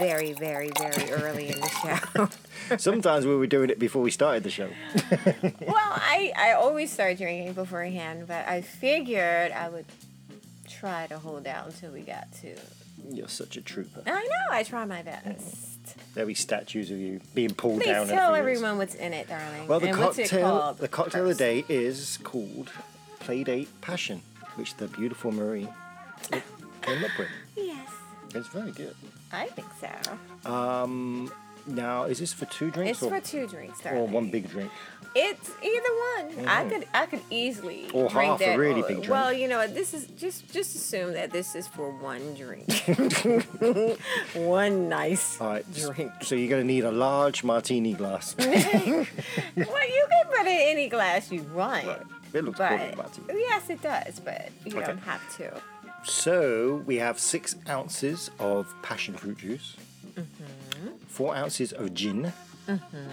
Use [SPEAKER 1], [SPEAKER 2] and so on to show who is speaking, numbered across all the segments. [SPEAKER 1] Very, very, very early in the show.
[SPEAKER 2] Sometimes we were doing it before we started the show.
[SPEAKER 1] well, I, I always start drinking beforehand, but I figured I would try to hold out until we got to.
[SPEAKER 2] You're such a trooper.
[SPEAKER 1] I know, I try my best.
[SPEAKER 2] There'll be statues of you being pulled
[SPEAKER 1] Please
[SPEAKER 2] down. over
[SPEAKER 1] tell
[SPEAKER 2] the years.
[SPEAKER 1] everyone what's in it, darling.
[SPEAKER 2] Well, the
[SPEAKER 1] and what's it
[SPEAKER 2] cocktail,
[SPEAKER 1] called?
[SPEAKER 2] the cocktail of
[SPEAKER 1] first?
[SPEAKER 2] the day is called Playdate Passion, which the beautiful Marie came up with.
[SPEAKER 1] Yes,
[SPEAKER 2] It's very good.
[SPEAKER 1] I think so.
[SPEAKER 2] Now, is this for two
[SPEAKER 1] It's
[SPEAKER 2] drinks or,
[SPEAKER 1] for two drinks, darling.
[SPEAKER 2] or one big drink?
[SPEAKER 1] It's either one.
[SPEAKER 2] Mm-hmm.
[SPEAKER 1] I could I could easily
[SPEAKER 2] Or
[SPEAKER 1] drink
[SPEAKER 2] half a
[SPEAKER 1] that
[SPEAKER 2] really
[SPEAKER 1] all-
[SPEAKER 2] big drink.
[SPEAKER 1] Well, you know what, this is just just assume that this is for one drink. one nice
[SPEAKER 2] All right. s-
[SPEAKER 1] drink.
[SPEAKER 2] So you're going to need a large martini glass.
[SPEAKER 1] Well, you can put it in any glass you want.
[SPEAKER 2] Right. It looks cool in
[SPEAKER 1] But
[SPEAKER 2] a martini.
[SPEAKER 1] yes, it does, but you
[SPEAKER 2] Okay.
[SPEAKER 1] don't have to.
[SPEAKER 2] So we have six ounces of passion fruit juice,
[SPEAKER 1] Mm-hmm.
[SPEAKER 2] four ounces of gin.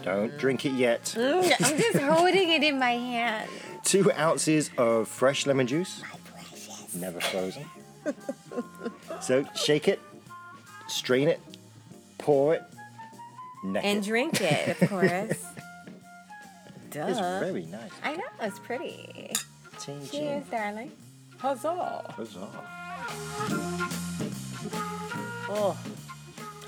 [SPEAKER 2] Don't drink it yet.
[SPEAKER 1] I'm just holding it in my hand.
[SPEAKER 2] Two ounces of fresh lemon juice, never frozen. so shake it, strain it, pour it, neck
[SPEAKER 1] And
[SPEAKER 2] it.
[SPEAKER 1] drink it, of course.
[SPEAKER 2] It's
[SPEAKER 1] Duh.
[SPEAKER 2] very nice.
[SPEAKER 1] I know, it's pretty.
[SPEAKER 2] Ching, ching.
[SPEAKER 1] Cheers, darling. Huzzah.
[SPEAKER 2] Huzzah.
[SPEAKER 1] Oh,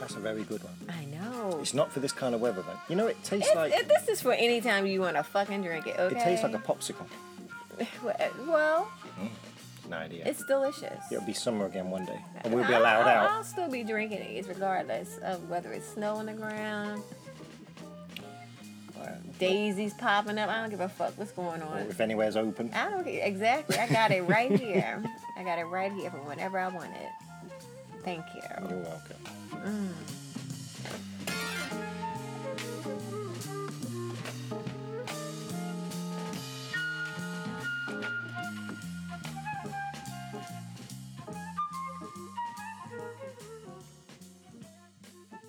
[SPEAKER 2] That's a very good one.
[SPEAKER 1] I know.
[SPEAKER 2] It's not for this kind of weather though. You know, it tastes
[SPEAKER 1] It's,
[SPEAKER 2] like
[SPEAKER 1] it- this is for any time you want to fucking drink it.
[SPEAKER 2] it
[SPEAKER 1] Okay.
[SPEAKER 2] tastes like a popsicle.
[SPEAKER 1] Well, Well,
[SPEAKER 2] No idea.
[SPEAKER 1] it's Ah. delicious.
[SPEAKER 2] It'll be summer again one day, and we'll be
[SPEAKER 1] I'll-
[SPEAKER 2] allowed
[SPEAKER 1] I'll,
[SPEAKER 2] out.
[SPEAKER 1] I'll still be drinking these regardless of whether it's snow on the ground or daisies popping up. I don't give a fuck what's going
[SPEAKER 2] Or
[SPEAKER 1] on.
[SPEAKER 2] if anywhere's open.
[SPEAKER 1] I don't care. Exactly. I got it right here. I got it right here for whenever I want it. Thank you.
[SPEAKER 2] You're welcome.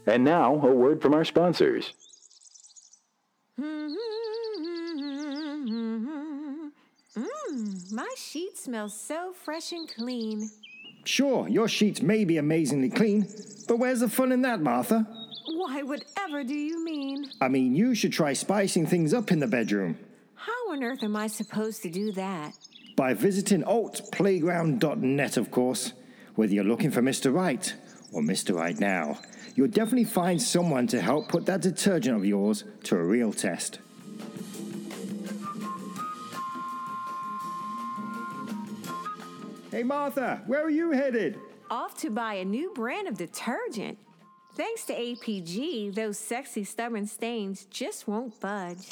[SPEAKER 3] And now, a word from our sponsors.
[SPEAKER 1] Mm-hmm. Mm, Mm-hmm. my sheet smells so fresh and clean.
[SPEAKER 2] Sure, your sheets may be amazingly clean, but where's the fun in that, Martha?
[SPEAKER 1] Why, whatever do you mean?
[SPEAKER 2] I mean, you should try spicing things up in the bedroom
[SPEAKER 1] How on earth am I supposed to do that?
[SPEAKER 2] by visiting altplayground.net, of course. Whether you're looking for Mr. Right or Mr. Right Now, you'll definitely find someone to help put that detergent of yours to a real test. Hey, Martha, where are you headed?
[SPEAKER 1] Off to buy a new brand of detergent. Thanks to APG, those sexy, stubborn stains just won't budge.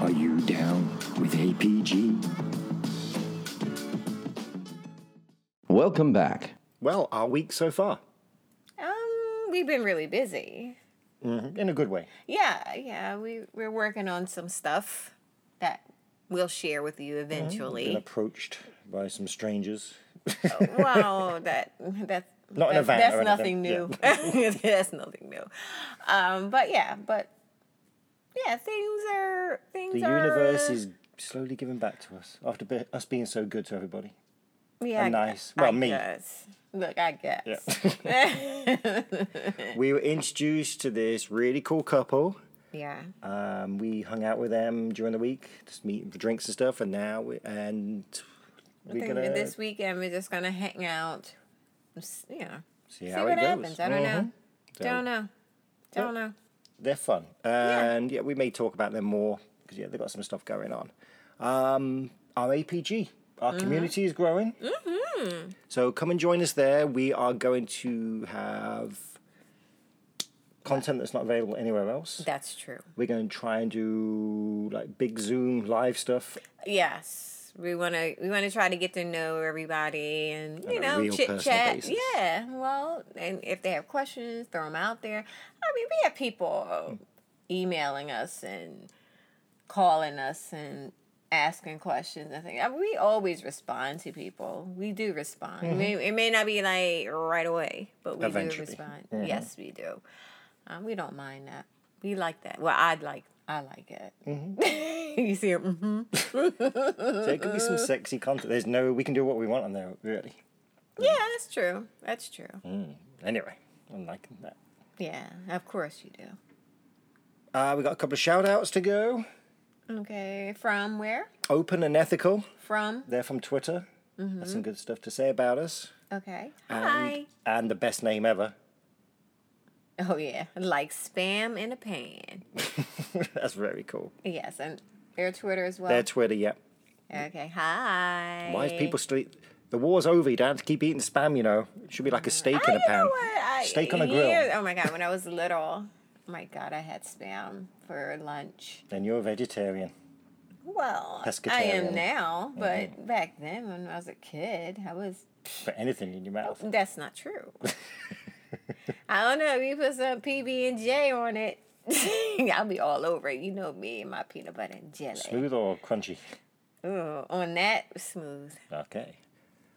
[SPEAKER 2] Are you down with APG?
[SPEAKER 3] Welcome back.
[SPEAKER 2] Well, our week so far.
[SPEAKER 1] Um, we've been really busy.
[SPEAKER 2] Mhm, In a good way.
[SPEAKER 1] Yeah, yeah, we we're working on some stuff that we'll share with you
[SPEAKER 2] Mm-hmm. Been
[SPEAKER 1] eventually.
[SPEAKER 2] approached by some strangers.
[SPEAKER 1] wow, that that's
[SPEAKER 2] Not in a
[SPEAKER 1] that's,
[SPEAKER 2] van
[SPEAKER 1] that's
[SPEAKER 2] or
[SPEAKER 1] nothing
[SPEAKER 2] anything,
[SPEAKER 1] new. that's nothing new. Um, but yeah, but yeah, things are things
[SPEAKER 2] The
[SPEAKER 1] are.
[SPEAKER 2] universe is slowly giving back to us after be- us being so good to everybody.
[SPEAKER 1] yeah, I-
[SPEAKER 2] nice.
[SPEAKER 1] I
[SPEAKER 2] Well, me.
[SPEAKER 1] guess. Look, I guess.
[SPEAKER 2] we were introduced to this really cool couple.
[SPEAKER 1] yeah.
[SPEAKER 2] Um, we hung out with them during the week, just meeting for drinks and stuff. And now, we, and
[SPEAKER 1] I
[SPEAKER 2] we're
[SPEAKER 1] think
[SPEAKER 2] gonna
[SPEAKER 1] this weekend we're just gonna hang out. s- You know,
[SPEAKER 2] see
[SPEAKER 1] see
[SPEAKER 2] how
[SPEAKER 1] what
[SPEAKER 2] it goes. Mm-hmm.
[SPEAKER 1] happens. I don't know.
[SPEAKER 2] So-
[SPEAKER 1] Don't know. Don't know.
[SPEAKER 2] They're fun, and yeah. we may talk about them more because yeah, they've got some stuff going on. Um, our APG, our community is growing. Mm-hmm. So come and join us there. We are going to have content that's not available anywhere else.
[SPEAKER 1] That's true.
[SPEAKER 2] We're going to try and do like big Zoom live stuff.
[SPEAKER 1] Yes, we want to. We want to try to get to know everybody, and you
[SPEAKER 2] a
[SPEAKER 1] know,
[SPEAKER 2] real
[SPEAKER 1] chit
[SPEAKER 2] personal
[SPEAKER 1] chat.
[SPEAKER 2] basis.
[SPEAKER 1] Yeah. Well, and if they have questions, throw them out there. I mean, we have people emailing us and calling us and asking questions. I think I mean, we always respond to people. We do respond. We- it may not be like right away, but we do
[SPEAKER 2] Mm-hmm. Eventually. Mm-hmm.
[SPEAKER 1] respond. Yes, we do. Um, we don't mind that. We like that. Well, I'd like. I like it. you see, mm-hmm.
[SPEAKER 2] So it could be some sexy content. There's no, we can do what we want on there, really.
[SPEAKER 1] Yeah, that's true. That's true.
[SPEAKER 2] Anyway, I'm liking that.
[SPEAKER 1] Yeah, of course you do.
[SPEAKER 2] Uh, we got a couple of shout outs to go.
[SPEAKER 1] Okay, from where?
[SPEAKER 2] Open and ethical.
[SPEAKER 1] From
[SPEAKER 2] They're from Twitter. That's some good stuff to say about us.
[SPEAKER 1] okay. Mm-hmm.
[SPEAKER 2] Um,
[SPEAKER 1] Hi.
[SPEAKER 2] And the best name ever.
[SPEAKER 1] Oh yeah, like spam in a pan.
[SPEAKER 2] That's very cool.
[SPEAKER 1] Yes, and their Twitter as well.
[SPEAKER 2] Their Twitter, yeah.
[SPEAKER 1] okay. Hi.
[SPEAKER 2] Why is people still eat? The war's over. You don't have to keep eating spam, you know. It should be like a steak
[SPEAKER 1] Uh, I,
[SPEAKER 2] in a
[SPEAKER 1] you
[SPEAKER 2] pan.
[SPEAKER 1] know what? I,
[SPEAKER 2] steak on a grill.
[SPEAKER 1] years- oh my god, when I was little, oh my god, I had spam for lunch.
[SPEAKER 2] Then you're a vegetarian.
[SPEAKER 1] Well, I am
[SPEAKER 2] Pescatarian. Mm-hmm.
[SPEAKER 1] now, but back then when I was a kid, I was
[SPEAKER 2] Put anything in your mouth.
[SPEAKER 1] That's not true. I don't know. If you put some PB and J on it, I'll be all over it. You know me and my peanut butter and jelly.
[SPEAKER 2] Smooth or crunchy?
[SPEAKER 1] Ooh, on that smooth.
[SPEAKER 2] Okay.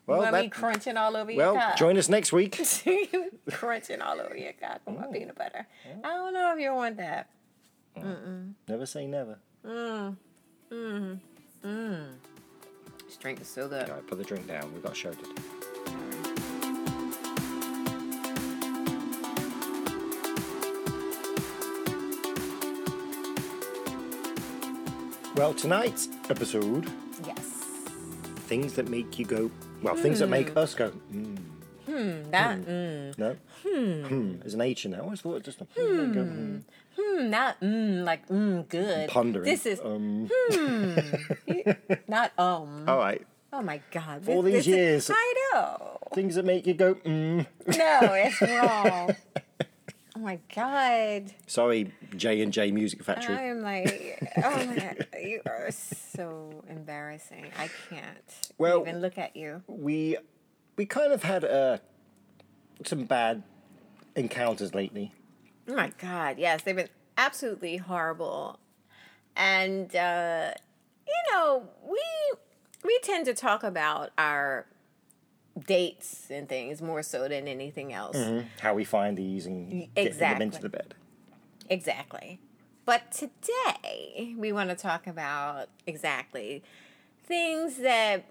[SPEAKER 2] Well,
[SPEAKER 1] Want me
[SPEAKER 2] that,
[SPEAKER 1] crunching all over your
[SPEAKER 2] well
[SPEAKER 1] cock?
[SPEAKER 2] join us next week.
[SPEAKER 1] crunching all over your cock with
[SPEAKER 2] Mm.
[SPEAKER 1] my peanut butter. I don't know if you want that.
[SPEAKER 2] Never say never.
[SPEAKER 1] This drink is so good.
[SPEAKER 2] All right, put the drink down. We've got a show to do. Well, tonight's episode
[SPEAKER 1] Yes.
[SPEAKER 2] things that make you go, well, things that make us go, mm,
[SPEAKER 1] That, mm,
[SPEAKER 2] no. Hmm. There's an H in there. I always thought it just a hmm. Go, hmm.
[SPEAKER 1] not mm, like mm, good.
[SPEAKER 2] pondering.
[SPEAKER 1] This is hmm.
[SPEAKER 2] Um,
[SPEAKER 1] not um.
[SPEAKER 2] all right.
[SPEAKER 1] Oh my God.
[SPEAKER 2] All
[SPEAKER 1] this-
[SPEAKER 2] these
[SPEAKER 1] this is-
[SPEAKER 2] years.
[SPEAKER 1] I know.
[SPEAKER 2] Things that make you go,
[SPEAKER 1] No,
[SPEAKER 2] mm.
[SPEAKER 1] it's wrong. oh my god.
[SPEAKER 2] Sorry, J and J Music Factory.
[SPEAKER 1] I'm like, oh my god, you are so embarrassing. I can't
[SPEAKER 2] Well-
[SPEAKER 1] even look at you.
[SPEAKER 2] we we kind of had uh, some bad encounters lately.
[SPEAKER 1] Oh my god, yes, they've been absolutely horrible. And uh, you know, we we tend to talk about our dates and things more so than anything else.
[SPEAKER 2] How we find these and getting them into
[SPEAKER 1] Exactly.
[SPEAKER 2] the bed.
[SPEAKER 1] Exactly. But today we want to talk about exactly things that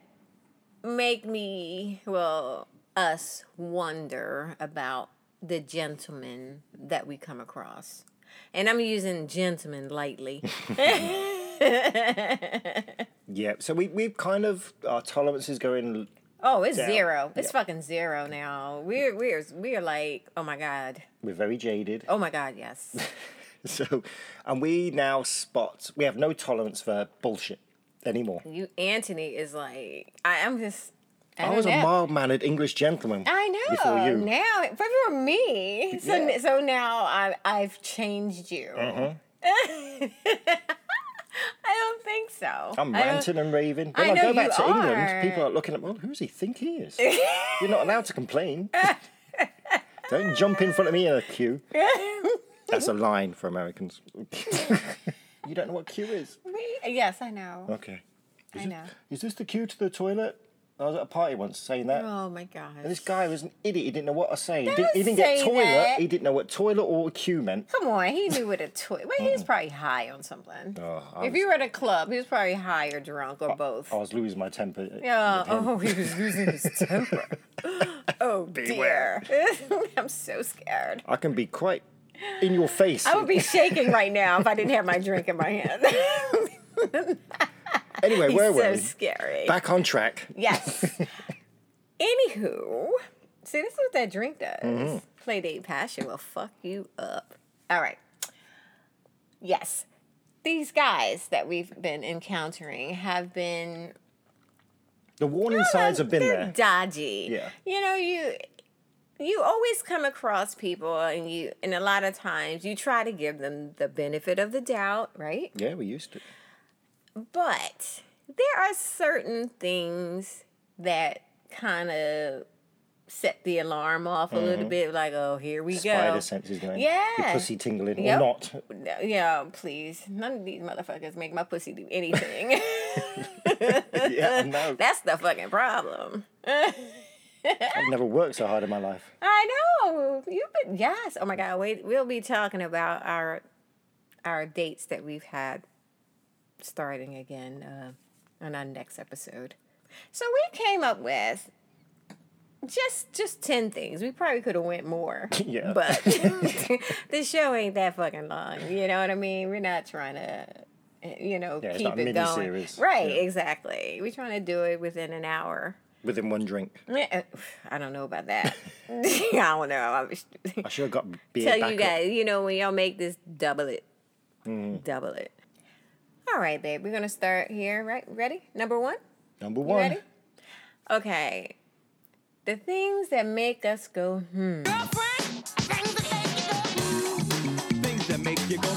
[SPEAKER 1] make me, well, us wonder about the gentlemen that we come across. And I'm using gentlemen lightly.
[SPEAKER 2] Yeah, so we we've kind of our tolerances going.
[SPEAKER 1] Oh, it's
[SPEAKER 2] Down.
[SPEAKER 1] zero. It's
[SPEAKER 2] Yeah.
[SPEAKER 1] fucking zero now. We're we're we're like, oh my god.
[SPEAKER 2] We're very jaded.
[SPEAKER 1] Oh my god, yes.
[SPEAKER 2] So, and we now spot we have no tolerance for bullshit anymore.
[SPEAKER 1] You Anthony is like I, I'm just I,
[SPEAKER 2] I
[SPEAKER 1] don't
[SPEAKER 2] was a
[SPEAKER 1] know.
[SPEAKER 2] mild mannered English gentleman.
[SPEAKER 1] I know.
[SPEAKER 2] Before you.
[SPEAKER 1] Now, before me. So,
[SPEAKER 2] Yeah. Uh-huh.
[SPEAKER 1] so now I, I've changed you. I don't think so.
[SPEAKER 2] I'm
[SPEAKER 1] I don't-
[SPEAKER 2] ranting and raving.
[SPEAKER 1] I
[SPEAKER 2] When I,
[SPEAKER 1] know
[SPEAKER 2] go back
[SPEAKER 1] you
[SPEAKER 2] to
[SPEAKER 1] are.
[SPEAKER 2] England, people are looking at, well, who does he think he is? You're not allowed to complain. Don't jump in front of me in a queue. That's a line for Americans. you don't know what Q is.
[SPEAKER 1] Me? Yes, I know.
[SPEAKER 2] Okay. Is
[SPEAKER 1] I
[SPEAKER 2] it-
[SPEAKER 1] know.
[SPEAKER 2] Is this the queue to the toilet? I was at a party once saying that.
[SPEAKER 1] Oh my gosh.
[SPEAKER 2] And this guy was an idiot. He didn't know what I was saying. He
[SPEAKER 1] Don't
[SPEAKER 2] didn't, he didn't get
[SPEAKER 1] say
[SPEAKER 2] toilet.
[SPEAKER 1] that.
[SPEAKER 2] He didn't know what toilet or queue meant.
[SPEAKER 1] Come on, he knew what a toy. Well, he was probably high on something.
[SPEAKER 2] Oh, Uh-huh. I Oh,
[SPEAKER 1] if you were at a club, he was probably high or drunk or both.
[SPEAKER 2] I was losing my temper.
[SPEAKER 1] Yeah. Oh, he was losing his temper. oh
[SPEAKER 2] Beware.
[SPEAKER 1] dear. I'm so scared.
[SPEAKER 2] I can be quite in your face.
[SPEAKER 1] I would be shaking right now if I didn't have my drink in my hand.
[SPEAKER 2] anyway,
[SPEAKER 1] He's
[SPEAKER 2] where were
[SPEAKER 1] so
[SPEAKER 2] we?
[SPEAKER 1] scary.
[SPEAKER 2] Back on track.
[SPEAKER 1] Yes. Anywho, see, this is what that drink does.
[SPEAKER 2] Mm-hmm.
[SPEAKER 1] Playdate passion will fuck you up. All right. Yes. These guys that we've been encountering have been
[SPEAKER 2] The
[SPEAKER 1] Oh,
[SPEAKER 2] warning signs have been
[SPEAKER 1] they're
[SPEAKER 2] there.
[SPEAKER 1] Dodgy.
[SPEAKER 2] Yeah.
[SPEAKER 1] You know, you you always come across people and you and a lot of times you try to give them the benefit of the doubt, right?
[SPEAKER 2] Yeah, we used to.
[SPEAKER 1] But there are certain things that kind of set the alarm off a little bit, like, oh, here we
[SPEAKER 2] Mm-hmm. Spider
[SPEAKER 1] go.
[SPEAKER 2] sense is going. Your
[SPEAKER 1] Yeah.
[SPEAKER 2] pussy tingling
[SPEAKER 1] Yep.
[SPEAKER 2] or not.
[SPEAKER 1] No, yeah, please. None of these motherfuckers make my pussy do anything.
[SPEAKER 2] yeah, no.
[SPEAKER 1] That's the fucking problem.
[SPEAKER 2] I've never worked so hard in my life.
[SPEAKER 1] I know. You've been yes. Oh my god, wait, we'll be talking about our our dates that we've had starting again uh, on our next episode. So we came up with just just 10 things. We probably could have went more.
[SPEAKER 2] Yeah.
[SPEAKER 1] But the show ain't that fucking long. You know what I mean? We're not trying to you know,
[SPEAKER 2] Yeah, it's
[SPEAKER 1] keep
[SPEAKER 2] not a
[SPEAKER 1] it going.
[SPEAKER 2] miniseries.
[SPEAKER 1] Right,
[SPEAKER 2] Yeah.
[SPEAKER 1] exactly. We're trying to do it within an hour.
[SPEAKER 2] Within one drink.
[SPEAKER 1] Yeah, uh, I don't know about that. I don't know. I was
[SPEAKER 2] I should have got beer
[SPEAKER 1] tell
[SPEAKER 2] back
[SPEAKER 1] you
[SPEAKER 2] up.
[SPEAKER 1] guys, you know, when y'all make this, double it, double it. All right, babe, we're gonna start here. Right, ready? Number one.
[SPEAKER 2] Number
[SPEAKER 1] You
[SPEAKER 2] one.
[SPEAKER 1] ready? Okay. The things that make us go hmm.
[SPEAKER 4] Things that make you go,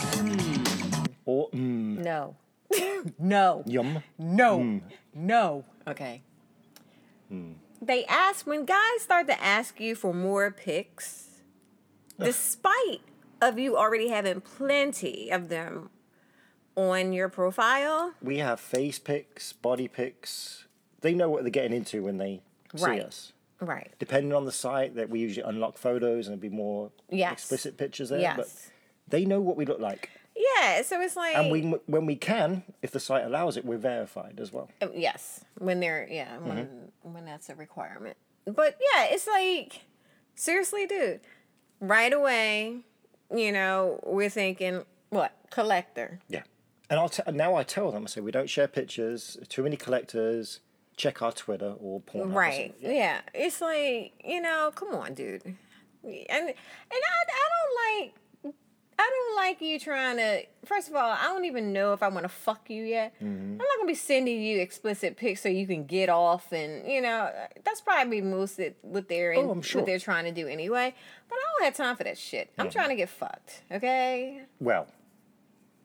[SPEAKER 2] Or mm,
[SPEAKER 1] No. no.
[SPEAKER 2] yum.
[SPEAKER 1] No. No. Okay. They ask when guys start to ask you for more pics, despite of you already having plenty of them on your profile.
[SPEAKER 2] We have face pics, body pics. They know what they're getting into when they
[SPEAKER 1] Right.
[SPEAKER 2] see us.
[SPEAKER 1] Right.
[SPEAKER 2] Depending on the site, that we usually unlock photos and it'd be more
[SPEAKER 1] Yes.
[SPEAKER 2] explicit pictures there. But
[SPEAKER 1] Yes.
[SPEAKER 2] they know what we look like,
[SPEAKER 1] Yeah. So it's like
[SPEAKER 2] and we when we can, if the site allows it, we're verified as well.
[SPEAKER 1] Um, Yes, when they're yeah, when when that's a requirement. But yeah, it's like seriously, dude. Right away, you know, we're thinking what collector.
[SPEAKER 2] Yeah. And I'll t- and now I tell them I say we don't share pictures. Too many collectors. Check our Twitter or Pornhub. or
[SPEAKER 1] Right.
[SPEAKER 2] something.
[SPEAKER 1] Yeah. It's like, you know, come on, dude. And and I I don't like I don't like you trying to first of all, I don't even know if I wanna fuck you yet.
[SPEAKER 2] Mm-hmm.
[SPEAKER 1] I'm not gonna be sending you explicit pics so you can get off and you know, that's probably most it what they're in,
[SPEAKER 2] Oh, I'm sure. Mm-hmm.
[SPEAKER 1] what they're trying to do anyway. But I don't have time for that shit. I'm trying to get fucked, okay?
[SPEAKER 2] Well,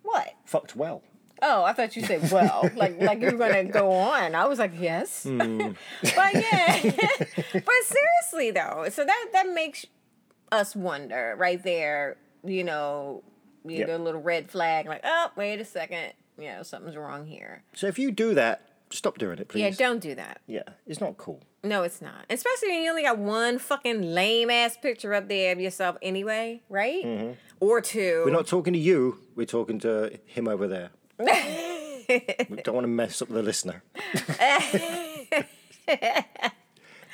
[SPEAKER 1] What?
[SPEAKER 2] fucked well.
[SPEAKER 1] Oh, I thought you said well, like like you were gonna go on. I was like, yes,
[SPEAKER 2] Hmm.
[SPEAKER 1] but yeah, but seriously though, so that that makes us wonder right there. You know, you
[SPEAKER 2] Yep.
[SPEAKER 1] get a little red flag, like, oh, wait a second, you know, something's wrong here.
[SPEAKER 2] So if you do that, stop doing it, please.
[SPEAKER 1] Yeah, don't do that.
[SPEAKER 2] Yeah, it's not cool.
[SPEAKER 1] No, it's not. Especially when you only got one fucking lame ass picture up there of yourself anyway, right?
[SPEAKER 2] Mm-hmm.
[SPEAKER 1] Or two.
[SPEAKER 2] We're not talking to you. We're talking to him over there. we don't want to mess up the listener. the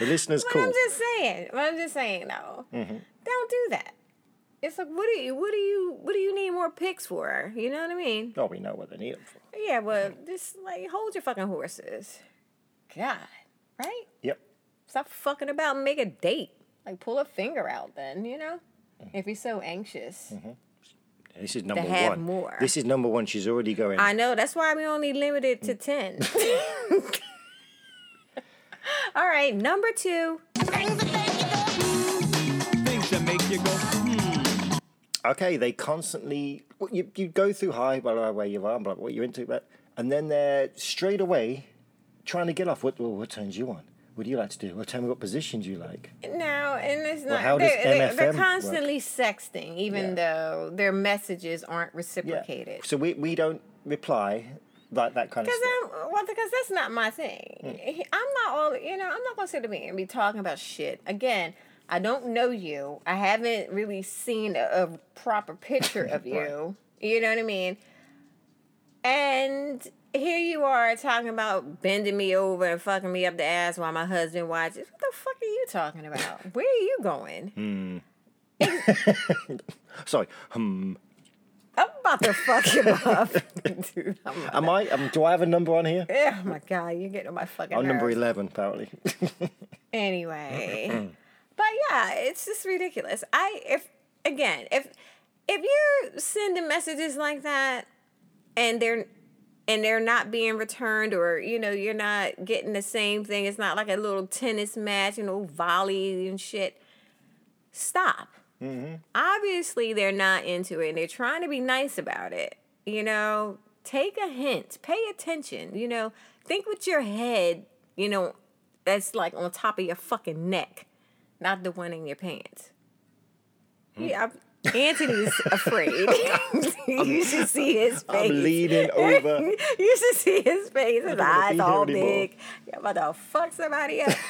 [SPEAKER 2] listener's
[SPEAKER 1] But
[SPEAKER 2] cool.
[SPEAKER 1] I'm just saying. But I'm just saying though. Don't do that. It's like what do you what do you what do you need more picks for? You know what I mean?
[SPEAKER 2] Oh, we know what they need it for.
[SPEAKER 1] Yeah, well, just like hold your fucking horses. God, right?
[SPEAKER 2] Yep.
[SPEAKER 1] Stop fucking about and make a date. Like pull a finger out then, you know? If you're so anxious.
[SPEAKER 2] This is number
[SPEAKER 1] have
[SPEAKER 2] one.
[SPEAKER 1] more.
[SPEAKER 2] This is number one. She's already going.
[SPEAKER 1] I know, that's why we only limited to ten. All right, number two.
[SPEAKER 4] things that make you go,
[SPEAKER 2] okay, they constantly well, you, you go through hi, blah blah where you are, blah, blah what you're into, but and then they're straight away trying to get off. What well, what turns you on? What do you like to do? Well, tell me what positions you like.
[SPEAKER 1] No, and it's not.
[SPEAKER 2] how does
[SPEAKER 1] they're, they're, they're
[SPEAKER 2] MFM work?
[SPEAKER 1] constantly sexting, even though their messages aren't reciprocated.
[SPEAKER 2] So we, we don't reply like that kind of
[SPEAKER 1] Because
[SPEAKER 2] stuff.
[SPEAKER 1] I'm well, because that's not my thing.
[SPEAKER 2] Hmm.
[SPEAKER 1] He- I'm not all you know. I'm not gonna sit there and be talking about shit again. I don't know you. I haven't really seen a, a proper picture of you. You know what I mean? And here you are talking about bending me over and fucking me up the ass while my husband watches. What the fuck are you talking about? Where are you going?
[SPEAKER 2] Sorry. Hmm.
[SPEAKER 1] I'm about to fuck you up, dude. I'm like,
[SPEAKER 2] Am I? Um, do I have a number on here?
[SPEAKER 1] oh my god, you're getting on my fucking.
[SPEAKER 2] I'm number
[SPEAKER 1] nerves.
[SPEAKER 2] eleven, apparently.
[SPEAKER 1] anyway but yeah it's just ridiculous i if again if if you're sending messages like that and they're and they're not being returned or you know you're not getting the same thing it's not like a little tennis match you know volley and shit stop
[SPEAKER 2] Mm-hmm.
[SPEAKER 1] obviously they're not into it and they're trying to be nice about it you know take a hint pay attention you know think with your head you know that's like on top of your fucking neck not the one in your pants
[SPEAKER 2] Hmm.
[SPEAKER 1] yeah I'm- anthony's afraid you should see his face
[SPEAKER 2] I'm leaning over.
[SPEAKER 1] you should see his face his
[SPEAKER 2] wanna be
[SPEAKER 1] eyes
[SPEAKER 2] here
[SPEAKER 1] all
[SPEAKER 2] anymore.
[SPEAKER 1] big you're about to fuck somebody up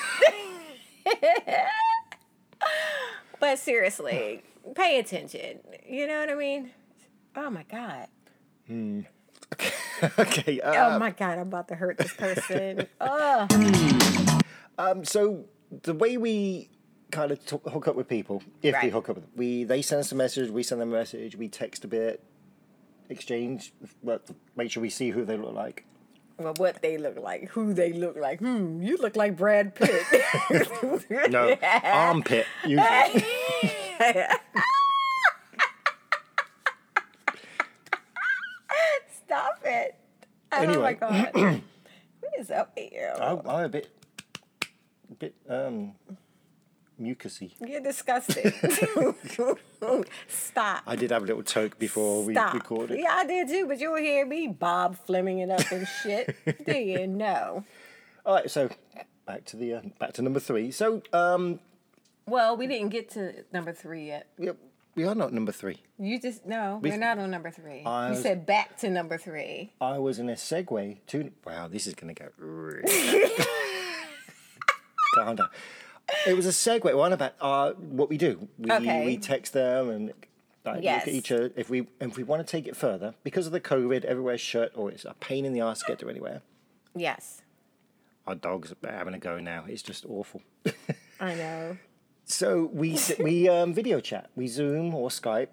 [SPEAKER 1] But seriously, pay attention. You know what I mean? Oh my god.
[SPEAKER 2] okay. Uh,
[SPEAKER 1] Oh my god, I'm about to hurt this person. oh.
[SPEAKER 2] Um, so the way we kind of talk, hook up with people, if we
[SPEAKER 1] Right.
[SPEAKER 2] hook up, with them, we they send us a message, we send them a message, we text a bit, exchange, well, make sure we see who they look like.
[SPEAKER 1] Well, what they look like, who they look like. Hmm, you look like Brad Pitt.
[SPEAKER 2] No, armpit. Usually.
[SPEAKER 1] Stop it. Oh my
[SPEAKER 2] Anyway.
[SPEAKER 1] god. what is up with you?
[SPEAKER 2] I'm, I'm Oh, a bit, a bit um, mucusy.
[SPEAKER 1] You're disgusting. Stop.
[SPEAKER 2] I did have a little toke before
[SPEAKER 1] Stop.
[SPEAKER 2] we recorded.
[SPEAKER 1] Yeah, I did too, but you'll hear me Bob Fleming it up and shit. Do you know?
[SPEAKER 2] All right, so back to the uh, back to number three. So um,
[SPEAKER 1] Well, we didn't get to number three yet.
[SPEAKER 2] we- we are not number three.
[SPEAKER 1] You just no, we're not on number three.
[SPEAKER 2] I
[SPEAKER 1] you
[SPEAKER 2] was-
[SPEAKER 1] said back to number three.
[SPEAKER 2] I was in a segue to. Wow, this is going to go. really- Calm down. It was a segue one about uh, what we do. We,
[SPEAKER 1] Okay.
[SPEAKER 2] we text them and like,
[SPEAKER 1] Yes.
[SPEAKER 2] look at each other. If we if we want to take it further, because of the COVID, everywhere's shut or it's a pain in the ass to get to anywhere.
[SPEAKER 1] Yes,
[SPEAKER 2] Our dog's having a go now. It's just awful.
[SPEAKER 1] I know.
[SPEAKER 2] So we s- we um, video chat, we Zoom or Skype,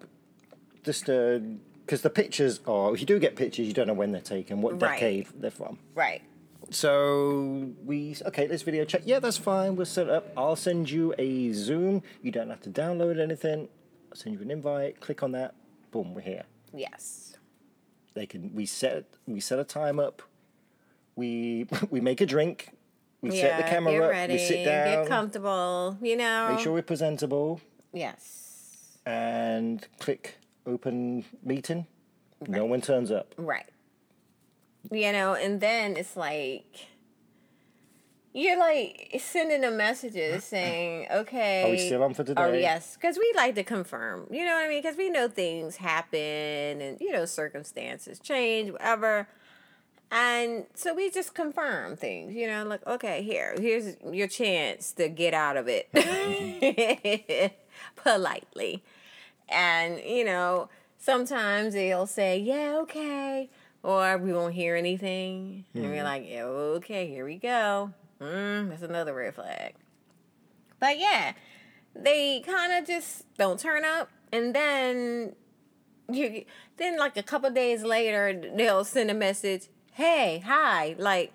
[SPEAKER 2] just because the pictures are. If you do get pictures, you don't know when they're taken, what
[SPEAKER 1] Right.
[SPEAKER 2] decade they're from.
[SPEAKER 1] Right.
[SPEAKER 2] So we s- okay, let's video chat. Yeah, that's fine. We'll set it up. I'll send you a Zoom. You don't have to download anything. I'll send you an invite. Click on that. Boom, we're here.
[SPEAKER 1] Yes.
[SPEAKER 2] They can. We set we set a time up. We we make a drink. We set the camera
[SPEAKER 1] get
[SPEAKER 2] up.
[SPEAKER 1] ready.
[SPEAKER 2] We sit down.
[SPEAKER 1] Get comfortable. You know.
[SPEAKER 2] make sure we're presentable.
[SPEAKER 1] Yes.
[SPEAKER 2] and click open meeting. No one turns up.
[SPEAKER 1] Right. You know, and then it's like you're like sending them messages saying, "Okay,
[SPEAKER 2] Are we still on for
[SPEAKER 1] Oh
[SPEAKER 2] today?
[SPEAKER 1] yes, because we like to confirm. You know what I mean? Because we know things happen, and you know circumstances change, whatever. And so we just confirm things. You know, like okay, here, here's your chance to get out of it politely. And, you know, sometimes they'll say, yeah, okay. Or we won't hear anything. And we're like, yeah, okay, here we go. Mm, that's another red flag. But yeah, they kind of just don't turn up. And then you then like a couple days later they'll send a message, hey, hi, like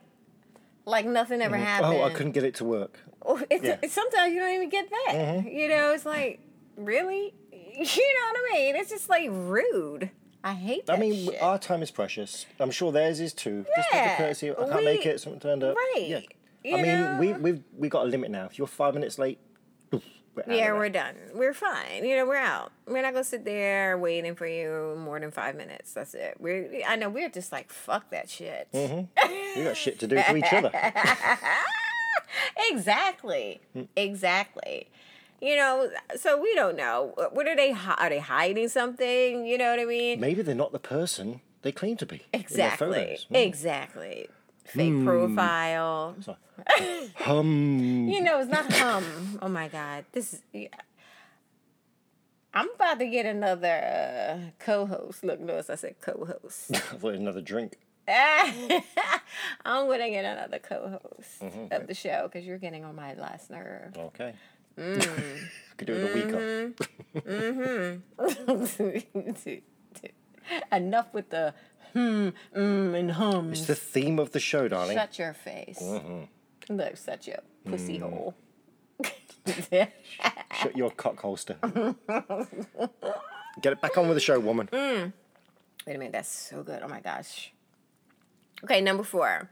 [SPEAKER 1] like nothing ever happened.
[SPEAKER 2] Oh, I couldn't get it to work.
[SPEAKER 1] Or it's,
[SPEAKER 2] Yeah. Mm-hmm.
[SPEAKER 1] it's sometimes you don't even get that. You know, it's like really, you know what I mean? It's just like rude. I hate that.
[SPEAKER 2] I mean,
[SPEAKER 1] shit.
[SPEAKER 2] our time is precious. I'm sure theirs is too. Just as
[SPEAKER 1] Yeah,
[SPEAKER 2] a courtesy, I can't
[SPEAKER 1] we-
[SPEAKER 2] make it. Someone turned up.
[SPEAKER 1] Right,
[SPEAKER 2] Yeah.
[SPEAKER 1] you
[SPEAKER 2] I mean, we
[SPEAKER 1] know?
[SPEAKER 2] we've we got a limit now. If you're five minutes late, we're out of
[SPEAKER 1] yeah,
[SPEAKER 2] there.
[SPEAKER 1] we're done. We're fine. You know, we're out. We're not gonna sit there waiting for you more than five minutes. That's it. We're.
[SPEAKER 2] Mm-hmm.
[SPEAKER 1] I know we're just like fuck that shit.
[SPEAKER 2] we got shit to do for each other.
[SPEAKER 1] exactly.
[SPEAKER 2] Hmm.
[SPEAKER 1] Exactly. You know, so we don't know. What are they? hi- Are they hiding something? You know what I mean?
[SPEAKER 2] Maybe they're not the person they claim to be. in their
[SPEAKER 1] Exactly.
[SPEAKER 2] photos. Hmm.
[SPEAKER 1] Exactly. Fake profile.
[SPEAKER 2] Hum.
[SPEAKER 1] You know, it's not hum. Oh my God. This is. Yeah. I'm about to get another uh, co host. Look, notice I said co host.
[SPEAKER 2] I thought another drink.
[SPEAKER 1] I'm going to get another co host
[SPEAKER 2] Mm-hmm.
[SPEAKER 1] of the show because you're getting on my last nerve.
[SPEAKER 2] Okay.
[SPEAKER 1] Mm-hmm.
[SPEAKER 2] Could do it a week off.
[SPEAKER 1] Enough with the hmm, mm, and hum.
[SPEAKER 2] It's the theme of the show, darling.
[SPEAKER 1] Shut your face. Look, shut your pussy hole.
[SPEAKER 2] Shut your cock holster. Get it back on with the show, woman.
[SPEAKER 1] Mm. Wait a minute, that's so good. Oh my gosh. Okay, number four.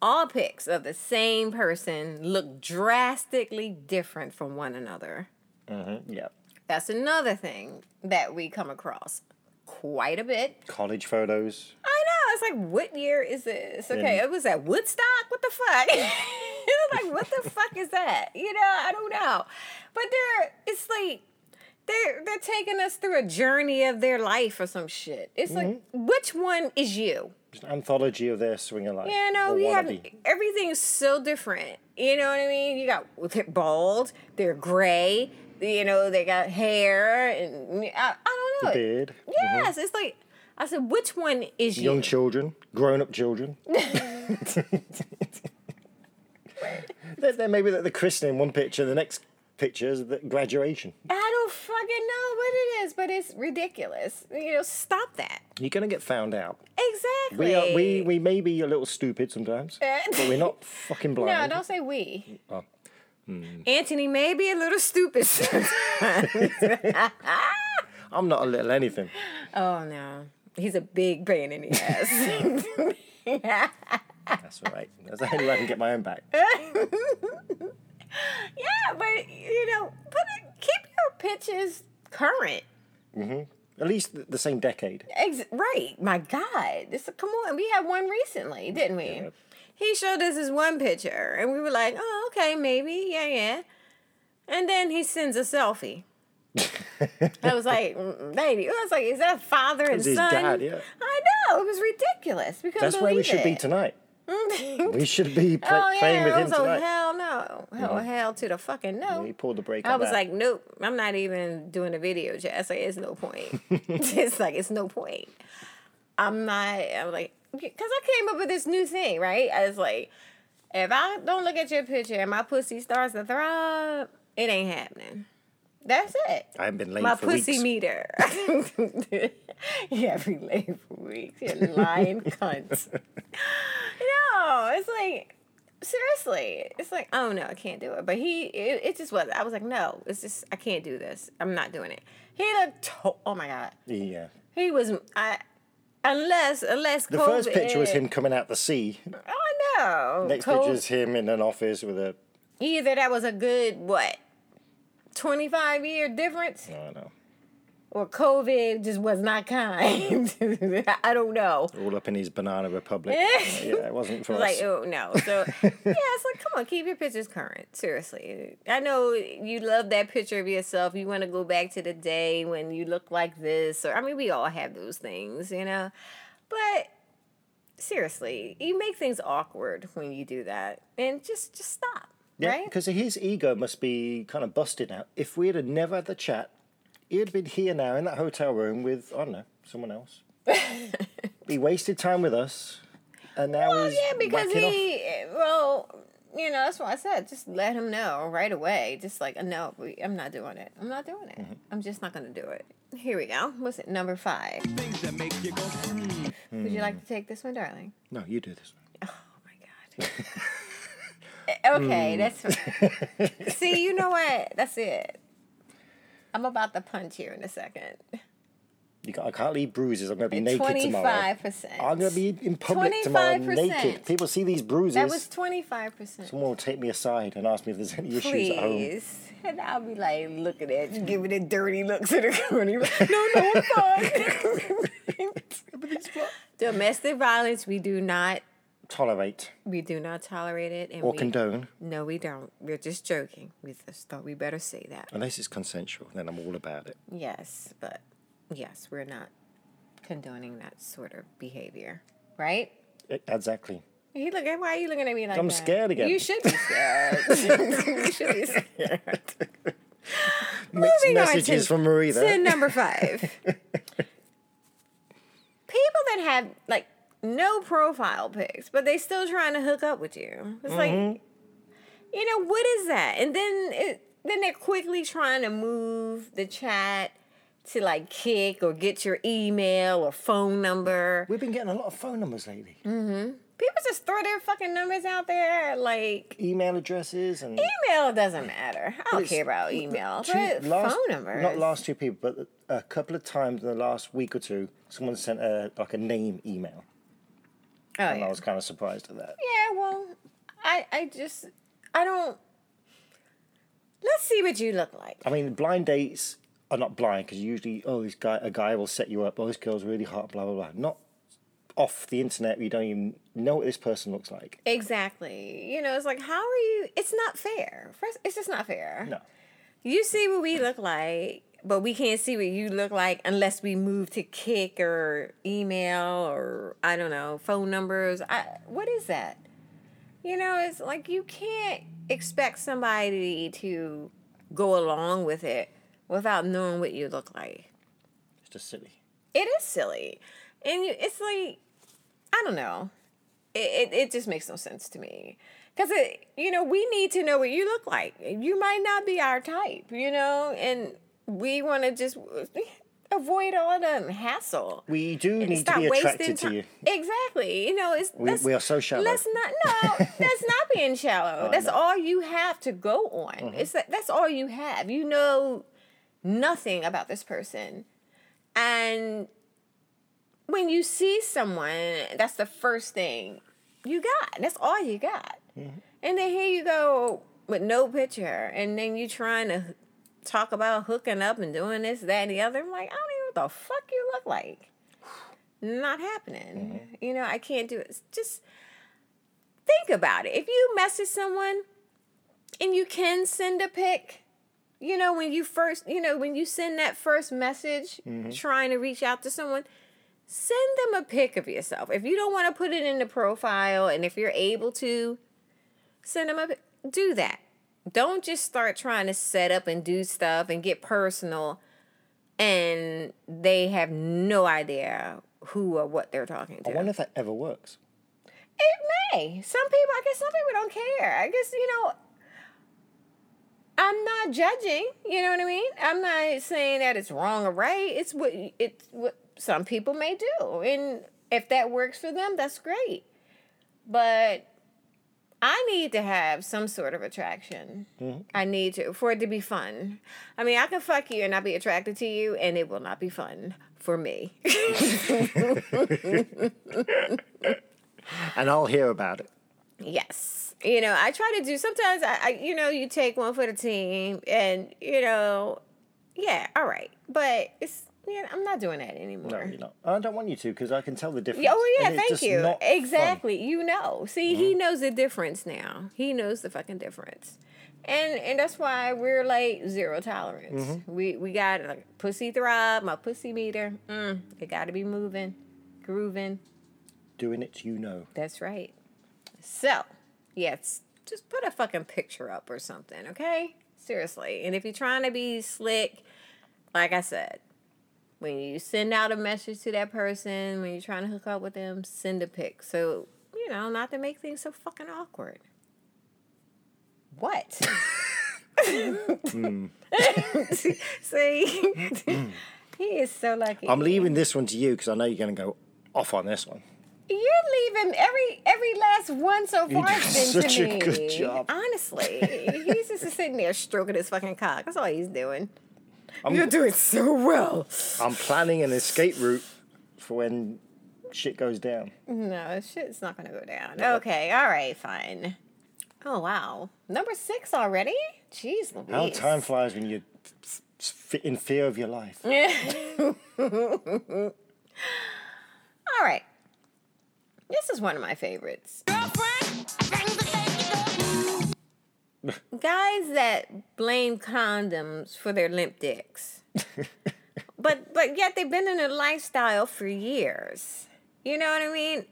[SPEAKER 1] All pics of the same person look drastically different from one another.
[SPEAKER 2] Mm-hmm. Yeah.
[SPEAKER 1] That's another thing that we come across quite a bit.
[SPEAKER 2] College photos.
[SPEAKER 1] I know. It's like, what year is this? Okay, it was at Woodstock. What the fuck? It's like, what the fuck is that? You know, I don't know. But they're, it's like, they're they're taking us through a journey of their life or some shit. It's like,
[SPEAKER 2] Mm-hmm.
[SPEAKER 1] which one is you?
[SPEAKER 2] It's an anthology of their swinger life.
[SPEAKER 1] You know,
[SPEAKER 2] or
[SPEAKER 1] we have
[SPEAKER 2] wannabe.
[SPEAKER 1] everything's so different. You know what I mean? You got well, they're bald, they're gray. You know, they got hair, and I, I don't know.
[SPEAKER 2] Beard. Mm-hmm.
[SPEAKER 1] Yes, it's like. I said, which one is you?
[SPEAKER 2] Young children, grown up children. There- there may be the, the christening in one picture, the next picture is the graduation.
[SPEAKER 1] I don't fucking know what it is, but it's ridiculous. You know, stop that.
[SPEAKER 2] You're going to get found out.
[SPEAKER 1] Exactly.
[SPEAKER 2] We, are, we, we may be a little stupid sometimes, but we're not fucking blind.
[SPEAKER 1] Eh. No, don't say we.
[SPEAKER 2] Oh. Hmm.
[SPEAKER 1] Anthony may be a little stupid.
[SPEAKER 2] I'm not a little anything.
[SPEAKER 1] oh no, he's a big pain in the ass.
[SPEAKER 2] That's all right. That's the only way I can get my own back.
[SPEAKER 1] Eh. yeah, but you know, put it, keep your pitches current.
[SPEAKER 2] At least the, the same decade.
[SPEAKER 1] Ex- right. My God. This, come on. We had one recently, didn't we? He showed us his one picture, and we were like, oh, okay, maybe. Yeah, yeah. And then he sends a selfie. I was like, mm, lady, I was like, is that father and
[SPEAKER 2] was his
[SPEAKER 1] son?
[SPEAKER 2] dad, yeah.
[SPEAKER 1] I know. It was ridiculous. We couldn't
[SPEAKER 2] That's where we
[SPEAKER 1] believe
[SPEAKER 2] should be
[SPEAKER 1] it.
[SPEAKER 2] tonight. we should be play,
[SPEAKER 1] oh, yeah.
[SPEAKER 2] playing with
[SPEAKER 1] I
[SPEAKER 2] him
[SPEAKER 1] was like,
[SPEAKER 2] tonight. Mm-hmm.
[SPEAKER 1] hell no. Hell, hell to the fucking no.
[SPEAKER 2] He pulled the brake.
[SPEAKER 1] I
[SPEAKER 2] on
[SPEAKER 1] was
[SPEAKER 2] that.
[SPEAKER 1] like, nope, I'm not even doing a video chat. I say it's no point. it's like it's no point. I'm not. I'm like, because I came up with this new thing, right? I was like, if I don't look at your picture and my pussy starts to throb, it ain't happening. That's it.
[SPEAKER 2] I haven't been late
[SPEAKER 1] My
[SPEAKER 2] for
[SPEAKER 1] pussy
[SPEAKER 2] weeks.
[SPEAKER 1] meter. yeah, we late for weeks. You lying cunt. no, it's like seriously. It's like oh no, I can't do it. But he, it, it just was. I was like no, it's just I can't do this. I'm not doing it. He looked. To- oh my god,
[SPEAKER 2] yeah.
[SPEAKER 1] he was. I unless unless
[SPEAKER 2] The first picture was him coming out the sea.
[SPEAKER 1] Oh no.
[SPEAKER 2] Next
[SPEAKER 1] COVID
[SPEAKER 2] picture is him in an office with a.
[SPEAKER 1] Either that was a good what, twenty five year difference.
[SPEAKER 2] I don't know.
[SPEAKER 1] or COVID just was not kind. I don't know.
[SPEAKER 2] All up in his banana republic. yeah, it wasn't for us.
[SPEAKER 1] Like, oh no. So, yeah, it's like, come on, keep your pictures current. Seriously. I know you love that picture of yourself. You want to go back to the day when you look like this. Or, I mean, we all have those things, you know? But seriously, you make things awkward when you do that. And just, just stop. right?
[SPEAKER 2] Because his ego must be kind of busted out. If we had never had the chat, he'd been here now in that hotel room with, I don't know, someone else. he wasted time with us, and now
[SPEAKER 1] Well,
[SPEAKER 2] he's
[SPEAKER 1] Oh, yeah, because
[SPEAKER 2] whacking off.
[SPEAKER 1] he, well, you know, that's why I said just let him know right away. Just like, no, we- I'm not doing it. I'm not doing it.
[SPEAKER 2] Mm-hmm.
[SPEAKER 1] I'm just not going to do it. Here we go. What's it? Number five.
[SPEAKER 4] Things that make you go, mm.
[SPEAKER 1] Would you like to take this one, darling?
[SPEAKER 2] No, you do this.
[SPEAKER 1] Oh my God. Eh,
[SPEAKER 2] Hmm.
[SPEAKER 1] okay, that's fine. See, you know what? That's it. I'm about to punch you in a second.
[SPEAKER 2] You got, I can't leave bruises. I'm going to be naked tomorrow.
[SPEAKER 1] 25%.
[SPEAKER 2] I'm going to be in public tomorrow
[SPEAKER 1] 25%.
[SPEAKER 2] naked. People see these bruises.
[SPEAKER 1] That was 25%.
[SPEAKER 2] Someone will take me aside and ask me if there's any issues at home.
[SPEAKER 1] please. And I'll be like looking at you, giving it dirty looks in the corner. No, no, I'm fine. Domestic violence, we do not
[SPEAKER 2] tolerate
[SPEAKER 1] We do not tolerate it. And
[SPEAKER 2] or
[SPEAKER 1] we,
[SPEAKER 2] condone
[SPEAKER 1] No, we don't. We're just joking. We just thought we better say that.
[SPEAKER 2] unless it's consensual. Then I'm all about it.
[SPEAKER 1] Yes, but yes, we're not condoning that sort of behavior, right?
[SPEAKER 2] E- Exactly.
[SPEAKER 1] You look at why are you looking at me like
[SPEAKER 2] I'm
[SPEAKER 1] that?
[SPEAKER 2] scared again.
[SPEAKER 1] You should be scared. you should be scared.
[SPEAKER 2] Mixed
[SPEAKER 1] Moving on
[SPEAKER 2] messages
[SPEAKER 1] to-
[SPEAKER 2] from Marie
[SPEAKER 1] To
[SPEAKER 2] there.
[SPEAKER 1] number five. People that have like no profile pics, but they still trying to hook up with you. It's like,
[SPEAKER 2] Mm-hmm.
[SPEAKER 1] you know, what is that? And then it, then they're quickly trying to move the chat to like kick or get your email or phone number.
[SPEAKER 2] We've been getting a lot of phone numbers lately,
[SPEAKER 1] Mm. People just throw their fucking numbers out there. Like
[SPEAKER 2] email addresses, and
[SPEAKER 1] email doesn't matter. I don't care about email,
[SPEAKER 2] Two-
[SPEAKER 1] but
[SPEAKER 2] last-
[SPEAKER 1] phone numbers.
[SPEAKER 2] Not last two people, but a couple of times in the last week or two, someone sent a like a name email,
[SPEAKER 1] Oh,
[SPEAKER 2] and
[SPEAKER 1] yeah.
[SPEAKER 2] I was kind of surprised at that.
[SPEAKER 1] Yeah, well, I I just I don't. Let's see what you look like.
[SPEAKER 2] I mean, blind dates are not blind because usually, oh, this guy, a guy will set you up. Oh, this girl's really hot. Blah blah blah. Not off the internet. You don't even know what this person looks like.
[SPEAKER 1] Exactly. You know, it's like how are you? It's not fair. First, it's just not fair.
[SPEAKER 2] No.
[SPEAKER 1] You see what we look like, but we can't see what you look like unless we move to kick or email or I don't know phone numbers. I, what is that? You know, it's like you can't expect somebody to go along with it without knowing what you look like.
[SPEAKER 2] It's just silly.
[SPEAKER 1] it is silly and you, it's like i don't know it, it, it just makes no sense to me because it you know we need to know what you look like you might not be our type you know and we want to just avoid all the hassle
[SPEAKER 2] We do
[SPEAKER 1] and
[SPEAKER 2] need to
[SPEAKER 1] stop
[SPEAKER 2] be
[SPEAKER 1] wasting
[SPEAKER 2] attracted
[SPEAKER 1] time.
[SPEAKER 2] to you.
[SPEAKER 1] Exactly. You know, it's
[SPEAKER 2] We-
[SPEAKER 1] let's-
[SPEAKER 2] we are so shallow. Oh,
[SPEAKER 1] Let's not. No, that's not being shallow. that's all you have to go on.
[SPEAKER 2] Mm-hmm.
[SPEAKER 1] It's that, that's all you have. You know nothing about this person, and when you see someone, that's the first thing you got. That's all you got.
[SPEAKER 2] Mm-hmm.
[SPEAKER 1] And then here you go with no picture, and then you trying to talk about hooking up and doing this, that, and the other. I'm like, I don't even know what the fuck you look like. Not happening. You know, I can't do it. It's Just think about it. If you message someone and you can send a pic, you know, when you first, you know, when you send that first message trying to reach out to someone, send them a pic of yourself. If you don't want to put it in the profile and if you're able to, send them a pic. Do that. Don't just start trying to set up and do stuff and get personal and they have no idea who or what they're talking to.
[SPEAKER 2] I wonder if that ever works.
[SPEAKER 1] It may. Some people, I guess some people don't care. I guess, you know, I'm not judging, you know what I mean? I'm not saying that it's wrong or right. It's what it's what some people may do. And if that works for them, that's great. But I need to have some sort of attraction. I need to for it to be fun. I mean, I can fuck you and not be attracted to you and it will not be fun for me.
[SPEAKER 2] And I'll hear about it.
[SPEAKER 1] Yes. You know, I try to do sometimes I, I you know, you take one for the team and you know, yeah, all right. But it's yeah, I'm not doing that anymore.
[SPEAKER 2] No, you're not. I don't want you to because I can tell the difference.
[SPEAKER 1] Yeah, oh yeah,
[SPEAKER 2] and it's
[SPEAKER 1] thank
[SPEAKER 2] just
[SPEAKER 1] you.
[SPEAKER 2] not fun. Mm-hmm.
[SPEAKER 1] Exactly. You know. See, he knows the difference now. He knows the fucking difference. And and that's why we're like zero tolerance.
[SPEAKER 2] Mm-hmm.
[SPEAKER 1] We we got like pussy throb, my pussy meter. Mm, it gotta be moving, grooving.
[SPEAKER 2] Doing it, you know.
[SPEAKER 1] That's right. So, yes, just put a fucking picture up or something, okay? Seriously. And if you're trying to be slick, like I said, when you send out a message to that person, when you're trying to hook up with them, send a pic. So, you know, not to make things so fucking awkward. What? See? he is so lucky.
[SPEAKER 2] I'm leaving this one to you because I know you're going to go off on this one.
[SPEAKER 1] You're leaving every every last one so far
[SPEAKER 2] did
[SPEAKER 1] has been
[SPEAKER 2] such
[SPEAKER 1] to
[SPEAKER 2] a
[SPEAKER 1] me.
[SPEAKER 2] good job.
[SPEAKER 1] Honestly, he's just sitting there stroking his fucking cock. That's all he's doing.
[SPEAKER 2] I'm,
[SPEAKER 1] You're doing so well.
[SPEAKER 2] I'm planning an escape route for when shit goes down.
[SPEAKER 1] No, shit's not gonna go down. Okay, all right, fine. Oh wow, number six already. Jeez, Louise.
[SPEAKER 2] How time flies when you're f- f- in fear of your life.
[SPEAKER 1] All right. This is one of my favorites. Guys that blame condoms for their limp dicks. but but yet they've been in a lifestyle for years. You know what I mean?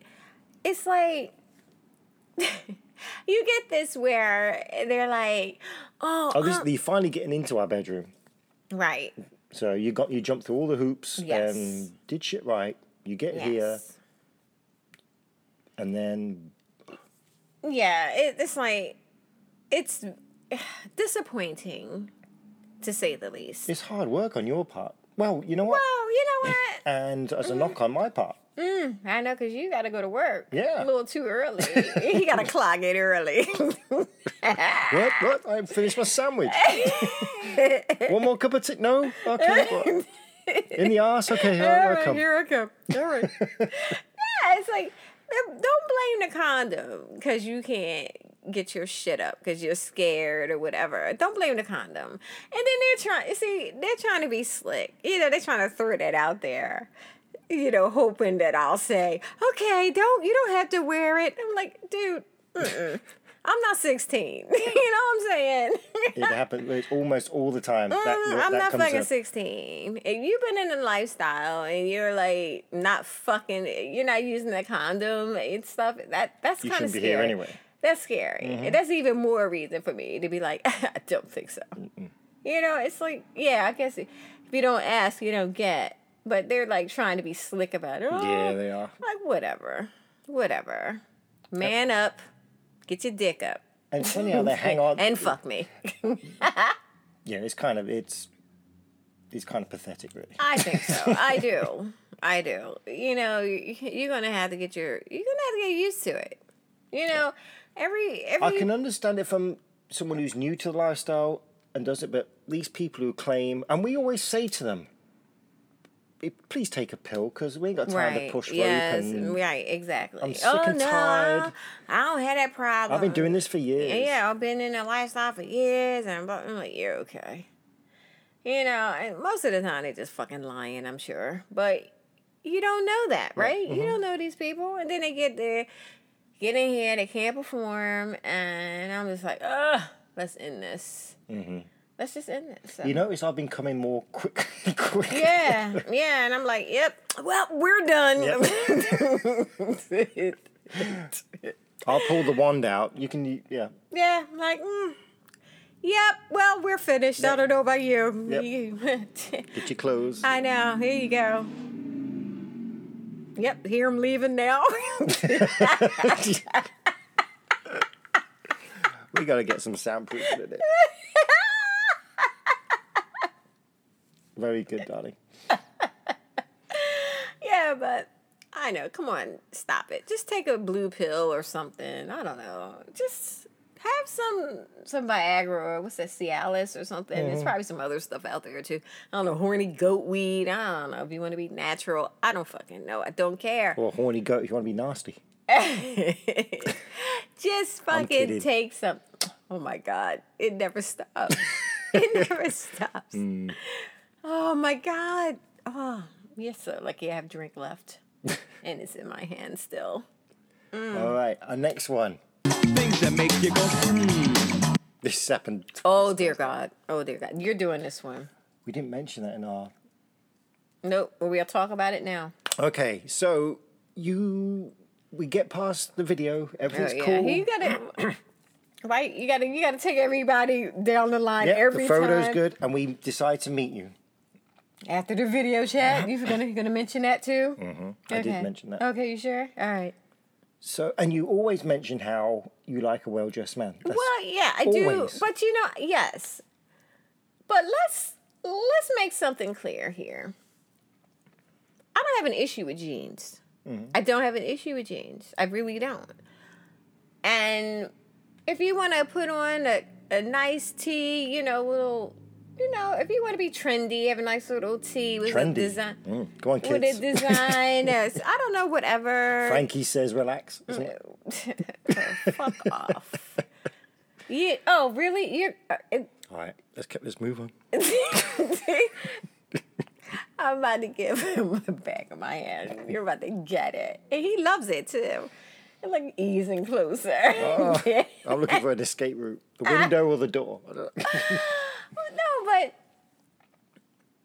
[SPEAKER 1] It's like you get this where they're like, oh,
[SPEAKER 2] Oh, this,
[SPEAKER 1] uh,
[SPEAKER 2] you're finally getting into our bedroom.
[SPEAKER 1] right.
[SPEAKER 2] So you got you jumped through all the hoops
[SPEAKER 1] Yes.
[SPEAKER 2] and did shit right. You get here
[SPEAKER 1] Yes.
[SPEAKER 2] and then
[SPEAKER 1] Yeah, it, it's like it's disappointing to say the least.
[SPEAKER 2] it's hard work on your part. Well, you know what?
[SPEAKER 1] Oh, you know what?
[SPEAKER 2] and as a knock on my part.
[SPEAKER 1] I know, cause you got to go to work. a
[SPEAKER 2] Yeah.
[SPEAKER 1] little too early. you got to clock it early.
[SPEAKER 2] What? What? I finished my sandwich. One more cup of tea? No? Okay. what? In the ass? Okay, here
[SPEAKER 1] All
[SPEAKER 2] I
[SPEAKER 1] right,
[SPEAKER 2] come.
[SPEAKER 1] here I come. All right. yeah, it's like eh, don't blame the condom because you can't get your shit up because you're scared or whatever. Don't blame the condom. And then they're trying. See, they're trying to be slick. You know, they're trying to throw that out there. You know, hoping that I'll say, "Okay, don't you don't have to wear it." I'm like, dude. Mm-mm. I'm not 16. you know what I'm saying?
[SPEAKER 2] It happens it's almost all the time. That,
[SPEAKER 1] Mm,
[SPEAKER 2] that
[SPEAKER 1] I'm not
[SPEAKER 2] comes
[SPEAKER 1] fucking
[SPEAKER 2] up.
[SPEAKER 1] 16. If you've been in a lifestyle and you're like not fucking, you're not using a condom and stuff, that that's
[SPEAKER 2] You
[SPEAKER 1] kind of
[SPEAKER 2] shouldn't be here
[SPEAKER 1] scary.
[SPEAKER 2] anyway. Mm-hmm.
[SPEAKER 1] That's scary. And that's even more reason for me to be like, I don't think so. You know, it's like, yeah, I guess if you don't ask, you don't get. But they're like trying to be slick about it. Oh,
[SPEAKER 2] Yeah, they are.
[SPEAKER 1] Like, whatever. Whatever. Man up. Get your dick up.
[SPEAKER 2] And it's funny how they hang on.
[SPEAKER 1] And fuck me.
[SPEAKER 2] yeah, it's kind of it's it's kind of pathetic, really.
[SPEAKER 1] I think so. I do. I do. You know, you- you're gonna have to get your. You're gonna have to get used to it. You know, every every.
[SPEAKER 2] I can understand it from someone who's new to the lifestyle and does it, but these people who claim, and we always say to them, "Eh, please take a pill because we ain't got time
[SPEAKER 1] right.
[SPEAKER 2] to push
[SPEAKER 1] yes.
[SPEAKER 2] rope. And
[SPEAKER 1] right. Exactly. Oh,
[SPEAKER 2] I'm sick and tired.
[SPEAKER 1] I don't have that problem.
[SPEAKER 2] I've been doing this for years.
[SPEAKER 1] Yeah, I've been in a lifestyle for years, and blah- I'm like, you're okay. You know, and most of the time they're just fucking lying, I'm sure. But you don't know that, right? mm-hmm. You don't know these people, and then they get there, get in here, they can't perform, and I'm just like, ugh, let's end this. Mm-hmm. Let's just end this. So-
[SPEAKER 2] You notice I've been coming more quickly, quickly.
[SPEAKER 1] yeah, yeah, and I'm like, yep. Well, we're done.
[SPEAKER 2] I'll pull the wand out. You can, yeah.
[SPEAKER 1] Yeah, I'm like, mm, yep, well, we're finished. I don't know about you.
[SPEAKER 2] Yep.
[SPEAKER 1] You-
[SPEAKER 2] Get your clothes.
[SPEAKER 1] I know. Here you go. Yep, hear him leaving now.
[SPEAKER 2] we got to get some soundproofing in it. Very good, darling.
[SPEAKER 1] yeah, but I know. Come on, stop it. Just take a blue pill or something. I don't know. Just have some some Viagra or what's that Cialis or something. There's probably some other stuff out there too. I don't know, horny goat weed. I don't know if you want to be natural. I don't fucking know. I don't care.
[SPEAKER 2] Or a horny goat if you want to be nasty.
[SPEAKER 1] Just
[SPEAKER 2] kidding.
[SPEAKER 1] fucking take some. Oh my God. It never stops. it never stops.
[SPEAKER 2] Mm.
[SPEAKER 1] Oh my God. Oh, you're so lucky I have drink left. and it's in my hand still.
[SPEAKER 2] All right, our next one.
[SPEAKER 4] Things that make you go, mm.
[SPEAKER 2] This happened.
[SPEAKER 1] Oh dear God. Oh dear God. You're doing this one.
[SPEAKER 2] We didn't mention that in our
[SPEAKER 1] Nope. Well, we'll talk about it now.
[SPEAKER 2] Okay, so you we get past the video, everything's
[SPEAKER 1] oh, yeah.
[SPEAKER 2] cool.
[SPEAKER 1] You gotta. Right, you gotta you gotta take everybody down the line
[SPEAKER 2] Yep,
[SPEAKER 1] every
[SPEAKER 2] the photo's
[SPEAKER 1] time.
[SPEAKER 2] good, and we decide to meet you.
[SPEAKER 1] After the video chat, you gonna you gonna mention that too? Mm-hmm. Okay.
[SPEAKER 2] Mm,
[SPEAKER 1] Oh.
[SPEAKER 2] I did mention that.
[SPEAKER 1] Okay, you sure? All right.
[SPEAKER 2] So, and you always mention how you like a well-dressed man. That's-
[SPEAKER 1] Well, yeah, I
[SPEAKER 2] always.
[SPEAKER 1] do, but you know, yes. But let's let's make something clear here. I don't have an issue with jeans.
[SPEAKER 2] Mm-hmm.
[SPEAKER 1] I don't have an issue with jeans. I really don't. And if you want to put on a, a nice tee, you know, little, you know, if you want to be trendy, have a nice little tee with a
[SPEAKER 2] Trendy.
[SPEAKER 1] design,
[SPEAKER 2] Mm, go on,
[SPEAKER 1] with a
[SPEAKER 2] kids.
[SPEAKER 1] design. as- I don't know, whatever.
[SPEAKER 2] Frankie says, "Relax." isn't it?
[SPEAKER 1] Fuck off. You, oh, really? You're. uh,
[SPEAKER 2] All right, let's keep, let's move on.
[SPEAKER 1] it- I'm about to give him the back of my hand. You're about to get it. And he loves it too. And like easing closer. Yeah.
[SPEAKER 2] I'm looking for an escape route. The
[SPEAKER 1] Ah.
[SPEAKER 2] window or the door. I don't know.
[SPEAKER 1] No, but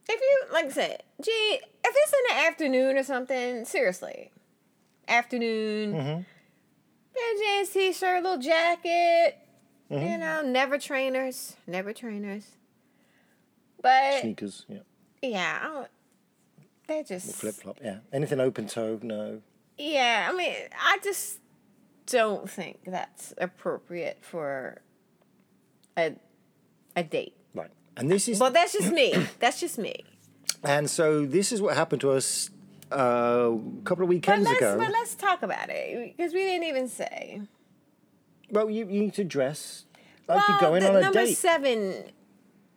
[SPEAKER 1] if you like I said, gee, if it's in the afternoon or something, seriously, afternoon, bare jeans, t-shirt, little jacket, you know, never trainers, never trainers. But
[SPEAKER 2] Sneakers, yeah.
[SPEAKER 1] yeah, I don't, they're just
[SPEAKER 2] Flip flop, yeah. Anything open toe, no.
[SPEAKER 1] yeah. I mean, I just don't think that's appropriate for a a date.
[SPEAKER 2] Right. And this is
[SPEAKER 1] But that's just me. That's just me.
[SPEAKER 2] and so this is what happened to us uh, a couple
[SPEAKER 1] But
[SPEAKER 2] of weekends
[SPEAKER 1] let's
[SPEAKER 2] ago.
[SPEAKER 1] but let's talk about it because we didn't even say.
[SPEAKER 2] Well, you, you need to dress like you're
[SPEAKER 1] Well,
[SPEAKER 2] going
[SPEAKER 1] the
[SPEAKER 2] on a
[SPEAKER 1] number
[SPEAKER 2] date.
[SPEAKER 1] seven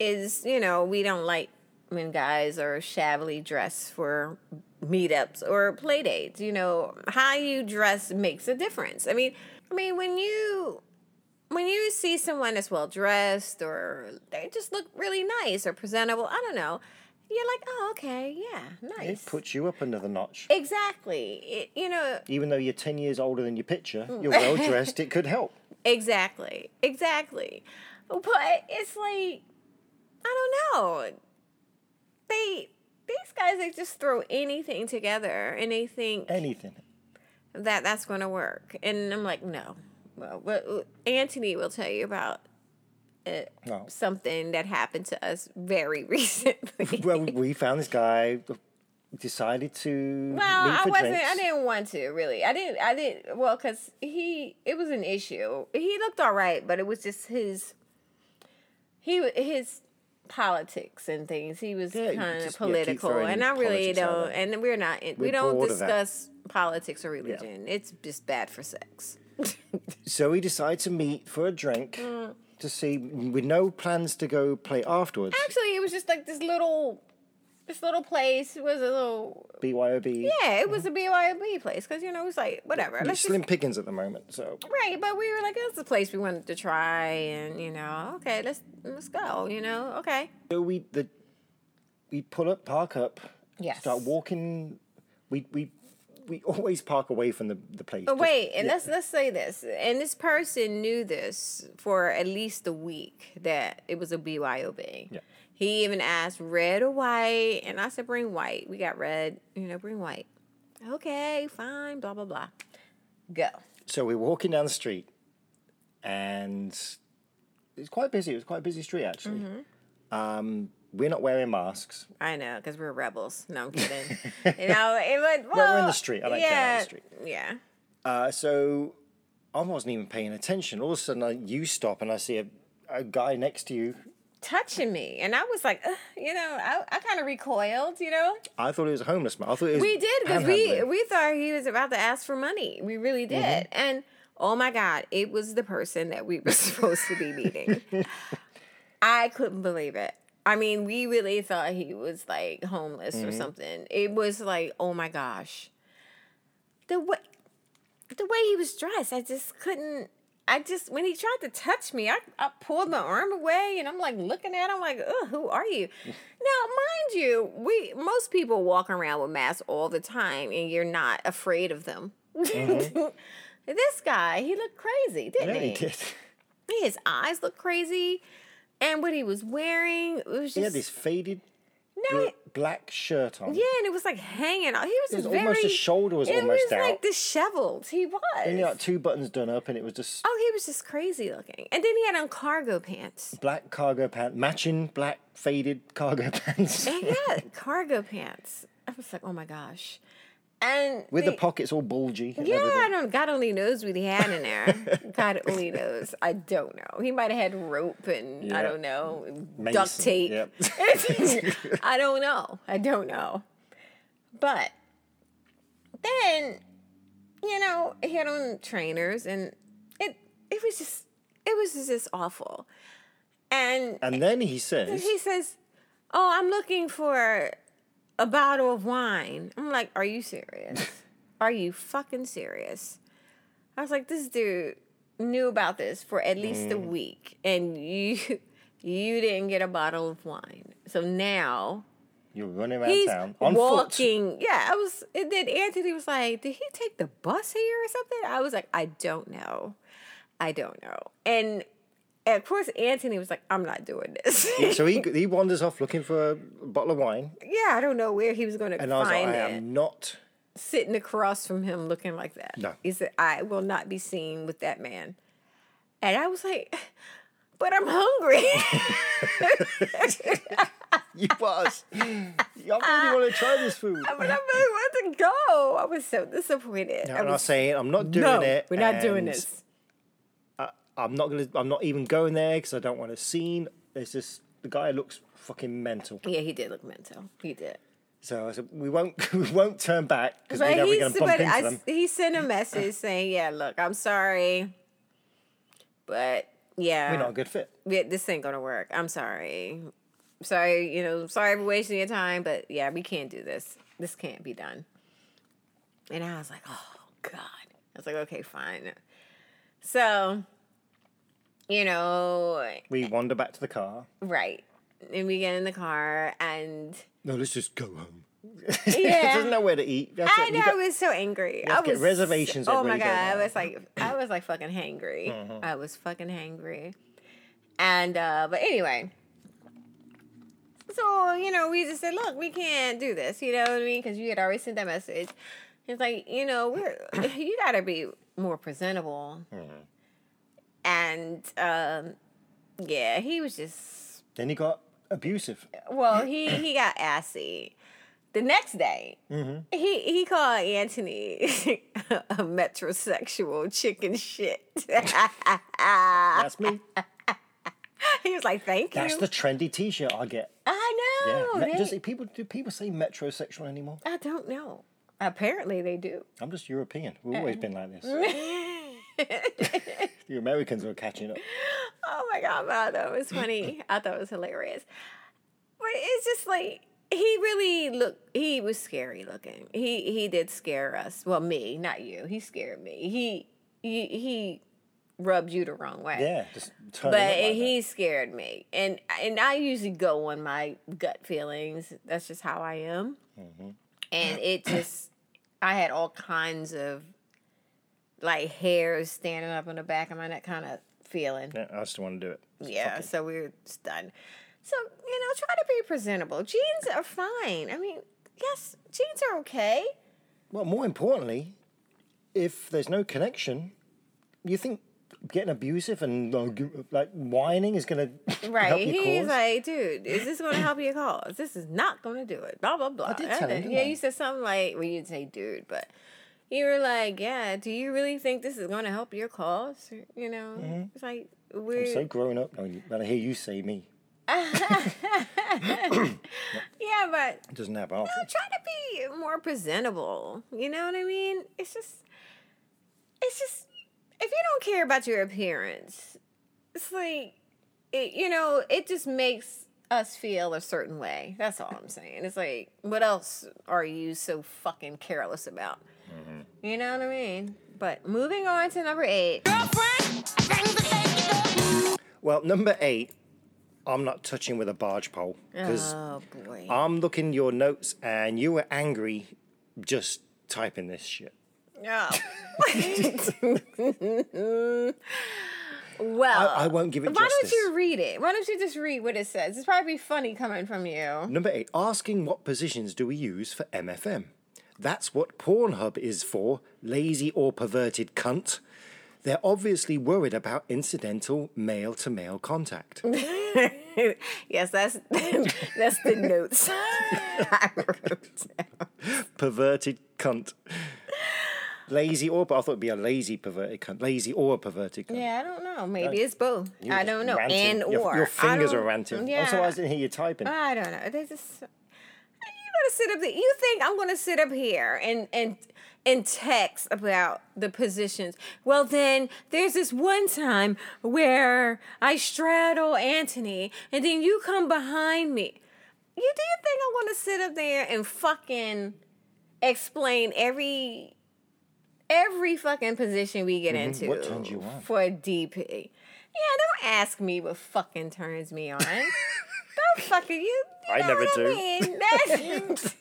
[SPEAKER 1] is you know we don't like when guys are shabbily dressed for meetups or play dates. You know how you dress makes a difference. I mean, I mean when you when you see someone that's well dressed or they just look really nice or presentable, I don't know, you're like, oh okay, yeah, nice.
[SPEAKER 2] It puts you up another notch.
[SPEAKER 1] exactly. It, you know,
[SPEAKER 2] Even though you're 10 years older than your picture,
[SPEAKER 1] Mm.
[SPEAKER 2] you're well dressed, it could help.
[SPEAKER 1] Exactly. Exactly. But it's like I don't know. They these guys they just throw anything together and they think
[SPEAKER 2] Anything.
[SPEAKER 1] that that's going to work. And I'm like, no. Well, what, Anthony will tell you about uh
[SPEAKER 2] No.
[SPEAKER 1] something that happened to us very recently.
[SPEAKER 2] Well, we found this guy, decided to
[SPEAKER 1] Well,
[SPEAKER 2] meet
[SPEAKER 1] I
[SPEAKER 2] for
[SPEAKER 1] wasn't.
[SPEAKER 2] drinks.
[SPEAKER 1] I didn't want to really. I didn't. I didn't. Well, because he, it was an issue. He looked all right, but it was just his. He wa- his politics and things. He was
[SPEAKER 2] Yeah, you
[SPEAKER 1] kind of
[SPEAKER 2] just- yeah, keep
[SPEAKER 1] political,
[SPEAKER 2] throwing
[SPEAKER 1] and I really
[SPEAKER 2] politics out
[SPEAKER 1] don't.
[SPEAKER 2] there.
[SPEAKER 1] And we're not. in- we
[SPEAKER 2] We're
[SPEAKER 1] don't
[SPEAKER 2] bored of that.
[SPEAKER 1] discuss politics or religion. It's just bad for sex.
[SPEAKER 2] So we decided to meet for a drink
[SPEAKER 1] Mm.
[SPEAKER 2] to see, with no plans to go play afterwards.
[SPEAKER 1] Actually, it was just like this little, this little place was a little.
[SPEAKER 2] BYOB.
[SPEAKER 1] Yeah, it was a BYOB place because you know it was like whatever.
[SPEAKER 2] We're
[SPEAKER 1] Let's just
[SPEAKER 2] slim pickings at the moment, so
[SPEAKER 1] Right, but we were like, that's the place we wanted to try, and you know, okay, let's let's go, you know, okay.
[SPEAKER 2] so we the we pull up, park up,
[SPEAKER 1] Yes.
[SPEAKER 2] start walking. We we we always park away from the the place.
[SPEAKER 1] But
[SPEAKER 2] just-
[SPEAKER 1] wait, and
[SPEAKER 2] yeah.
[SPEAKER 1] let's let's say this, and this person knew this for at least a week that it was a BYOB.
[SPEAKER 2] Yeah.
[SPEAKER 1] He even asked red or white, and I said bring white. We got red, you know, bring white. Okay, fine, blah blah blah. Go.
[SPEAKER 2] So we're walking down the street, and it's quite busy. It was quite a busy street actually. Um, we're not wearing masks.
[SPEAKER 1] I know, because we're rebels. No, I'm kidding. you know, it was. Well,
[SPEAKER 2] we're in the street. I don't
[SPEAKER 1] yeah,
[SPEAKER 2] care about the street.
[SPEAKER 1] Yeah.
[SPEAKER 2] Uh, so I wasn't even paying attention. All of a sudden, I, you stop and I see a, a guy next to you.
[SPEAKER 1] touching me. And I was like, "Ugh," you know, I, I kind of recoiled, you know?
[SPEAKER 2] I thought it was a homeless man. I thought it was
[SPEAKER 1] We did because we,
[SPEAKER 2] panhandling.
[SPEAKER 1] we thought he was about to ask for money. We really did. And oh my God, it was the person that we were supposed to be meeting. I couldn't believe it. I mean, we really thought he was like homeless or something. It was like, oh my gosh. The way the way he was dressed, I just couldn't I just when he tried to touch me, I, I pulled my arm away and I'm like looking at him like, Ugh, who are you? now, mind you, we most people walk around with masks all the time and you're not afraid of them. this guy, he looked crazy, didn't
[SPEAKER 2] Mm-hmm. Yeah,
[SPEAKER 1] he?
[SPEAKER 2] he did.
[SPEAKER 1] His eyes looked crazy. And what he was wearing it was just
[SPEAKER 2] He had this faded
[SPEAKER 1] no,
[SPEAKER 2] bl-
[SPEAKER 1] it-
[SPEAKER 2] black shirt on.
[SPEAKER 1] yeah, and it was like hanging out. He was,
[SPEAKER 2] was
[SPEAKER 1] just very,
[SPEAKER 2] almost- his shoulder was
[SPEAKER 1] it
[SPEAKER 2] almost
[SPEAKER 1] was like
[SPEAKER 2] out.
[SPEAKER 1] disheveled. He was.
[SPEAKER 2] And he had like two buttons done up, and it was just
[SPEAKER 1] oh, he was just crazy looking. And then he had on cargo pants.
[SPEAKER 2] black cargo pants, matching black faded cargo pants
[SPEAKER 1] yeah, cargo pants. I was like, oh my gosh. And
[SPEAKER 2] with the
[SPEAKER 1] the-
[SPEAKER 2] pockets all bulgy. And
[SPEAKER 1] yeah, I
[SPEAKER 2] everything.
[SPEAKER 1] don't. God only knows what he had in there. God only knows. I don't know. He might have had rope and I
[SPEAKER 2] Yeah.
[SPEAKER 1] don't know duct
[SPEAKER 2] Mason,
[SPEAKER 1] tape.
[SPEAKER 2] yep.
[SPEAKER 1] I don't know. I don't know. But then, you know, he had on trainers, and it it was just it was just this awful. And
[SPEAKER 2] And then he says,
[SPEAKER 1] he says, "Oh, I'm looking for a bottle of wine." I'm like, "Are you serious? Are you fucking serious?" I was like, "This dude knew about this for at least
[SPEAKER 2] Mm.
[SPEAKER 1] a week, and you you didn't get a bottle of wine. So now
[SPEAKER 2] You're running around
[SPEAKER 1] He's
[SPEAKER 2] town on foot.
[SPEAKER 1] walking. Yeah, I was. And then Anthony was like, "Did he take the bus here or something?" I was like, "I don't know, I don't know." And, and of course, Anthony was like, "I'm not doing this."
[SPEAKER 2] Yeah, so he he wanders off looking for a bottle of wine,
[SPEAKER 1] yeah, I don't know where he was going to
[SPEAKER 2] and I was like,
[SPEAKER 1] find
[SPEAKER 2] I
[SPEAKER 1] it.
[SPEAKER 2] am not.
[SPEAKER 1] Sitting across from him, looking like that.
[SPEAKER 2] No.
[SPEAKER 1] he said, "I will not be seen with that man," and I was like, "But I'm hungry."
[SPEAKER 2] You was. I really want to try this food.
[SPEAKER 1] I mean, I really wanted to go. I was so disappointed.
[SPEAKER 2] No,
[SPEAKER 1] I
[SPEAKER 2] I'm not
[SPEAKER 1] was,
[SPEAKER 2] saying I'm not doing
[SPEAKER 1] no,
[SPEAKER 2] it.
[SPEAKER 1] we're not doing
[SPEAKER 2] and
[SPEAKER 1] this.
[SPEAKER 2] I'm not gonna. I'm not even going there because I don't want a scene. It's just the guy looks fucking mental.
[SPEAKER 1] Yeah, he did look mental. He did.
[SPEAKER 2] So I said we won't we won't turn back because we
[SPEAKER 1] But
[SPEAKER 2] know
[SPEAKER 1] he,
[SPEAKER 2] we're gonna
[SPEAKER 1] s-
[SPEAKER 2] bump
[SPEAKER 1] but
[SPEAKER 2] into
[SPEAKER 1] I s-
[SPEAKER 2] them.
[SPEAKER 1] he sent a message saying, "Yeah, look, I'm sorry, but yeah,
[SPEAKER 2] We're not a good fit.
[SPEAKER 1] yeah, this ain't gonna work. I'm sorry, sorry, you know, sorry for wasting your time, but yeah, we can't do this. This can't be done." And I was like, "Oh God!" I was like, "Okay, fine." So, you know,
[SPEAKER 2] We wander back to the car.
[SPEAKER 1] Right. And we get in the car and
[SPEAKER 2] No, let's just go home.
[SPEAKER 1] Yeah.
[SPEAKER 2] There's nowhere to eat. That's
[SPEAKER 1] I
[SPEAKER 2] it.
[SPEAKER 1] know I
[SPEAKER 2] You got-
[SPEAKER 1] was so angry. I
[SPEAKER 2] have to get
[SPEAKER 1] was
[SPEAKER 2] reservations
[SPEAKER 1] Oh
[SPEAKER 2] everywhere
[SPEAKER 1] my
[SPEAKER 2] you
[SPEAKER 1] god,
[SPEAKER 2] go
[SPEAKER 1] I
[SPEAKER 2] now.
[SPEAKER 1] was like I was like fucking hangry.
[SPEAKER 2] Mm-hmm.
[SPEAKER 1] I was fucking hangry. And uh but anyway. So, you know, we just said, look, we can't do this, you know what I mean? Because you had already sent that message. It's like, you know, we're you gotta be more presentable.
[SPEAKER 2] Mm-hmm.
[SPEAKER 1] And um yeah, he was just
[SPEAKER 2] Then he got abusive.
[SPEAKER 1] Well, he he got assy. The next day,
[SPEAKER 2] Mm-hmm.
[SPEAKER 1] he he called Anthony a metrosexual chicken shit. he
[SPEAKER 2] That's me.
[SPEAKER 1] was like, "Thank
[SPEAKER 2] That's
[SPEAKER 1] you."
[SPEAKER 2] the trendy T-shirt I get.
[SPEAKER 1] I
[SPEAKER 2] Yeah.
[SPEAKER 1] know.
[SPEAKER 2] Me-
[SPEAKER 1] they-
[SPEAKER 2] just- people do people say metrosexual anymore?
[SPEAKER 1] I don't know. Apparently, they do.
[SPEAKER 2] I'm just European. We've always been like this. the Americans are catching up.
[SPEAKER 1] Oh my god, but I thought it was funny. I thought it was hilarious. But it's just like he really looked he was scary looking. He he did scare us. Well, me, not you. He scared me. He he, he rubbed you the wrong way.
[SPEAKER 2] Yeah, just turning
[SPEAKER 1] But
[SPEAKER 2] up like that.
[SPEAKER 1] he scared me. And and I usually go on my gut feelings. That's just how I am.
[SPEAKER 2] Mm-hmm.
[SPEAKER 1] And it just I had all kinds of like hairs standing up on the back of my neck kind of feeling.
[SPEAKER 2] Yeah, I just want to do it.
[SPEAKER 1] Yeah, so we're stunned. So, you know, try to be presentable. Jeans are fine. I mean, yes, jeans are okay.
[SPEAKER 2] Well, more importantly, if there's no connection, you think getting abusive and uh, g- like whining is going to
[SPEAKER 1] Right.
[SPEAKER 2] help your
[SPEAKER 1] He's
[SPEAKER 2] cause?
[SPEAKER 1] like, dude, is this going to help your cause? This is not going to do it. Blah, blah, blah.
[SPEAKER 2] did tell him, didn't
[SPEAKER 1] yeah,
[SPEAKER 2] I?
[SPEAKER 1] you said something like, well, you didn't say dude, but you were like, yeah, do you really think this is going to help your cause? You know, it's like, we're.
[SPEAKER 2] I'm Mm-hmm. so grown up now when I hear you say me.
[SPEAKER 1] yeah, but
[SPEAKER 2] It doesn't have half.
[SPEAKER 1] I'm trying to be more presentable. You know what I mean? It's just, it's just, if you don't care about your appearance, it's like, it, you know, it just makes us feel a certain way. That's all I'm saying. It's like, what else are you so fucking careless about? You know what I mean? But moving on to number eight.
[SPEAKER 2] Well, number eight, I'm not touching with a barge pole because
[SPEAKER 1] Oh boy.
[SPEAKER 2] I'm looking your notes and you were angry just typing this shit.
[SPEAKER 1] No. Oh. well,
[SPEAKER 2] I won't give it
[SPEAKER 1] Why
[SPEAKER 2] justice.
[SPEAKER 1] don't you read it? Why don't you just read what it says? It's probably funny coming from you.
[SPEAKER 2] Number eight, asking what positions do we use for MFM? That's what Pornhub is for, lazy or perverted cunt. They're obviously worried about incidental male to male contact.
[SPEAKER 1] yes, that's that's the notes I wrote down.
[SPEAKER 2] perverted cunt. Lazy or, but I thought it'd be a lazy perverted cunt. Lazy or a perverted cunt.
[SPEAKER 1] Yeah, I don't know. Maybe it's both.
[SPEAKER 2] You were
[SPEAKER 1] I
[SPEAKER 2] just
[SPEAKER 1] don't know.
[SPEAKER 2] ranting.
[SPEAKER 1] And
[SPEAKER 2] your,
[SPEAKER 1] or
[SPEAKER 2] Your
[SPEAKER 1] I
[SPEAKER 2] fingers
[SPEAKER 1] don't-
[SPEAKER 2] are ranting.
[SPEAKER 1] Yeah.
[SPEAKER 2] Also, I didn't hear you typing.
[SPEAKER 1] I don't know. They just you gonna sit up there. You think I'm gonna sit up here and and and text about the positions? Well, then there's this one time where I straddle Anthony, and then you come behind me. You do you think I'm gonna sit up there and fucking explain every every fucking position we get into
[SPEAKER 2] Mm-hmm. What turns you on?
[SPEAKER 1] for DP? Yeah, don't ask me what fucking turns me on. But Go fucking you. you
[SPEAKER 2] I
[SPEAKER 1] know
[SPEAKER 2] never
[SPEAKER 1] what
[SPEAKER 2] do.
[SPEAKER 1] mean? That's-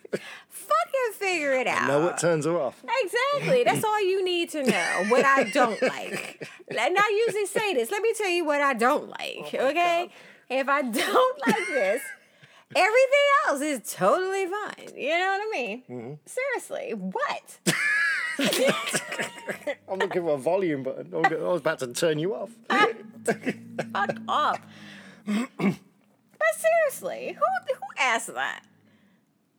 [SPEAKER 1] fucking figure it out.
[SPEAKER 2] Know what turns her off.
[SPEAKER 1] Exactly. That's all you need to know. What I don't like. And I usually say this. Let me tell you what I don't like. okay? If I don't like this, everything else is totally fine. You know what I mean?
[SPEAKER 2] Mm-hmm.
[SPEAKER 1] Seriously, what?
[SPEAKER 2] I'm looking for a volume button. I'm go- I was about to turn you off.
[SPEAKER 1] Fuck off. but seriously, who who asked that?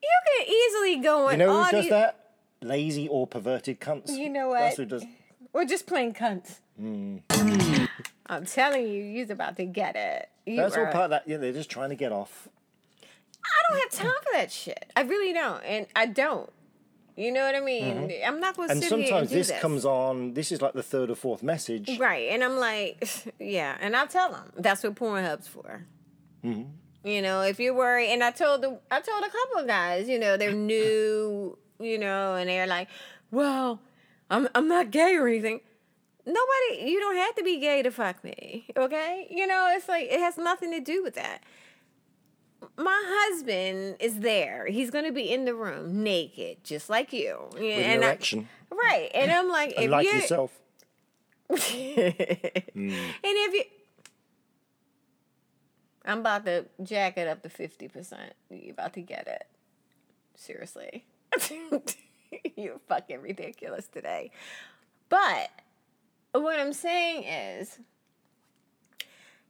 [SPEAKER 1] You can easily go on
[SPEAKER 2] You know
[SPEAKER 1] all
[SPEAKER 2] who does
[SPEAKER 1] these-
[SPEAKER 2] that? Lazy or perverted cunts.
[SPEAKER 1] You know
[SPEAKER 2] That's
[SPEAKER 1] what?
[SPEAKER 2] who does.
[SPEAKER 1] We're just plain cunts. I'm telling you, you're about to get it. You
[SPEAKER 2] Mm. That's all
[SPEAKER 1] are-
[SPEAKER 2] part of that. Yeah, they're just trying to get off.
[SPEAKER 1] I don't have time for that shit. I really don't, and I don't. You know what I mean? I'm not going to
[SPEAKER 2] Mm-hmm. And
[SPEAKER 1] sit here and
[SPEAKER 2] sometimes
[SPEAKER 1] do
[SPEAKER 2] this, comes on. This is like the third or fourth message.
[SPEAKER 1] right, and I'm like, yeah, and I tell them that's what Pornhub's for.
[SPEAKER 2] Mm-hmm.
[SPEAKER 1] You know, if you're worried, and I told the I told a couple of guys, you know, they're new, you know, and they're like, well, I'm I'm not gay or anything. Nobody, you don't have to be gay to fuck me, okay? You know, it's like it has nothing to do with that. my husband is there. He's gonna be in the room naked, just like you. Yeah,
[SPEAKER 2] With an
[SPEAKER 1] and I-
[SPEAKER 2] erection.
[SPEAKER 1] right. And I'm like, if
[SPEAKER 2] And like
[SPEAKER 1] you
[SPEAKER 2] yourself.
[SPEAKER 1] and if you I'm about to jack it up to fifty percent. You about to get it. Seriously. You're fucking ridiculous today. But what I'm saying is,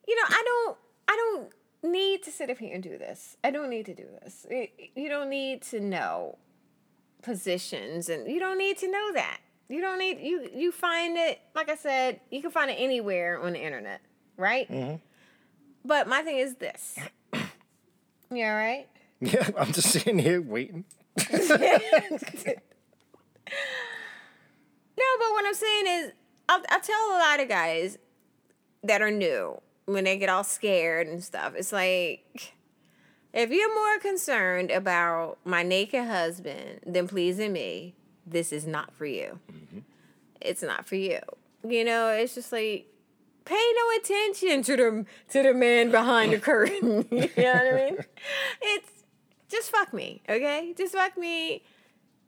[SPEAKER 1] you know, I don't I don't need to sit up here and do this. I don't need to do this. Y- You don't need to know positions and you don't need to know that. You don't need you you find it like I said, you can find it anywhere on the internet, right? But my thing is this. You all right?
[SPEAKER 2] Yeah, I'm just sitting here waiting.
[SPEAKER 1] No, but what I'm saying is, I, I tell a lot of guys that are new when they get all scared and stuff. It's like, if you're more concerned about my naked husband than pleasing me, this is not for you. It's not for you. You know, it's just like, pay no attention to the to the man behind the curtain. you know what I mean? It's just fuck me, okay? Just fuck me.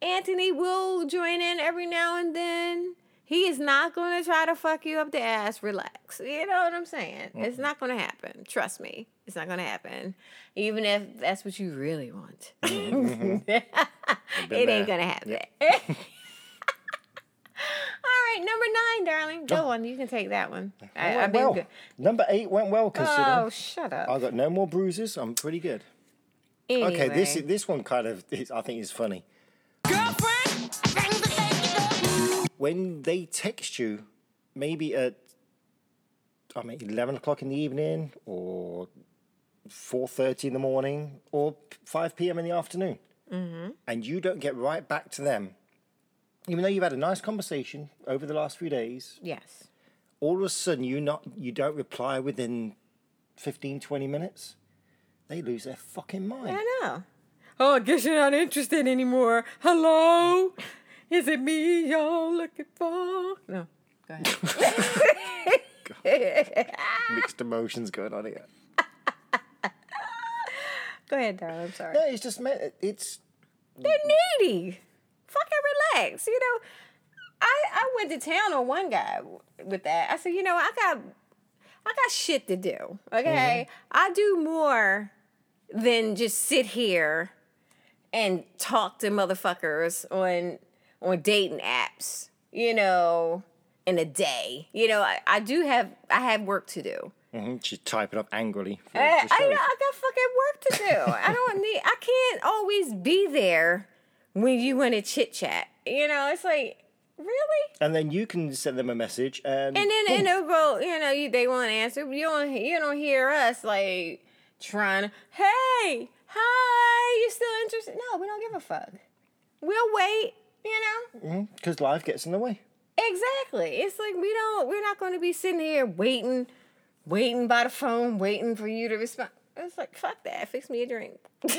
[SPEAKER 1] Anthony will join in every now and then. He is not going to try to fuck you up the ass. Relax. You know what I'm saying? It's not going to happen. Trust me. It's not going to happen. Even if that's what you really want. it ain't
[SPEAKER 2] there.
[SPEAKER 1] going to happen. All right, number nine, darling.
[SPEAKER 2] Oh.
[SPEAKER 1] Go on. You can take that one. I, I've
[SPEAKER 2] went
[SPEAKER 1] been
[SPEAKER 2] well.
[SPEAKER 1] good.
[SPEAKER 2] Number eight went well
[SPEAKER 1] Oh,
[SPEAKER 2] considering.
[SPEAKER 1] shut up.
[SPEAKER 2] I got no more bruises. I'm pretty good. Okay, this is, this one kind of is, I think is funny. When they text you, maybe at I mean eleven o'clock in the evening, or four thirty in the morning, or five p.m. in the afternoon,
[SPEAKER 1] Mm-hmm.
[SPEAKER 2] and you don't get right back to them, even though you've had a nice conversation over the last few days,
[SPEAKER 1] Yes.
[SPEAKER 2] all of a sudden you not you don't reply within 15, 20 minutes, they lose their fucking mind.
[SPEAKER 1] I know. Oh, I guess you're not interested anymore. Hello? Is it me y'all looking for? No. Go ahead.
[SPEAKER 2] mixed emotions going on here.
[SPEAKER 1] Go ahead, darling. I'm sorry.
[SPEAKER 2] No, it's just meant it's
[SPEAKER 1] They're needy. Fucking relax. You know, I, I went to town on one guy w- with that. I said, you know, I got I got shit to do. Okay. I do more than just sit here and talk to motherfuckers on on dating apps, you know, in a day. You know, I, I do have I have work to do.
[SPEAKER 2] Mhm, she's typing up angrily. For,
[SPEAKER 1] I,
[SPEAKER 2] for
[SPEAKER 1] Eh, I,
[SPEAKER 2] show.
[SPEAKER 1] know, I got fucking work to do. I don't need. I can't always be there when you want to chit chat. You know, it's like really.
[SPEAKER 2] and then you can send them a message and,
[SPEAKER 1] And then and they'll go. You know, you, they won't answer. You don't. You don't hear us like trying. to, Hey, hi. You still interested? No, we don't give a fuck. We'll wait. You know.
[SPEAKER 2] because life gets in the way.
[SPEAKER 1] Exactly. It's like we don't we're not going to be sitting here waiting waiting by the phone waiting for you to respond. It's like fuck that. Fix me a drink.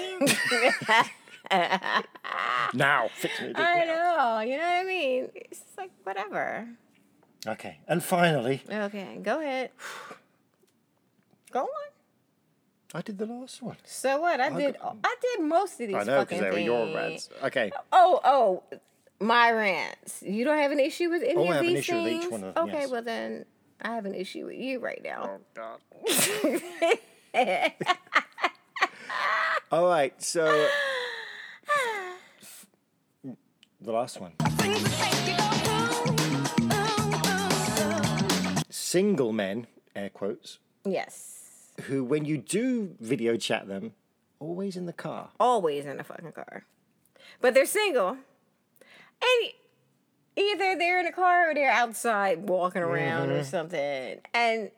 [SPEAKER 2] Now fix me.
[SPEAKER 1] I know. You know what I mean? It's just like whatever.
[SPEAKER 2] Okay, and finally,
[SPEAKER 1] Okay, go ahead. Go on.
[SPEAKER 2] I did the last one.
[SPEAKER 1] So what? I did. I did most of these.
[SPEAKER 2] I know because
[SPEAKER 1] fucking
[SPEAKER 2] they were your
[SPEAKER 1] things.
[SPEAKER 2] rants. Okay.
[SPEAKER 1] Oh, oh, my rants. You don't have an issue with any
[SPEAKER 2] Oh, I
[SPEAKER 1] of
[SPEAKER 2] have an
[SPEAKER 1] these
[SPEAKER 2] issue with
[SPEAKER 1] things?
[SPEAKER 2] each one of them,
[SPEAKER 1] Okay,
[SPEAKER 2] yes.
[SPEAKER 1] well then, I have an issue with you right
[SPEAKER 2] Oh,
[SPEAKER 1] now.
[SPEAKER 2] All right. So the last one. Single men, air quotes,
[SPEAKER 1] Yes,
[SPEAKER 2] who when you do video chat them, always in the car.
[SPEAKER 1] always in a fucking car, but they're single, and either they're in a car or they're outside walking around
[SPEAKER 2] Mm-hmm.
[SPEAKER 1] or something, and.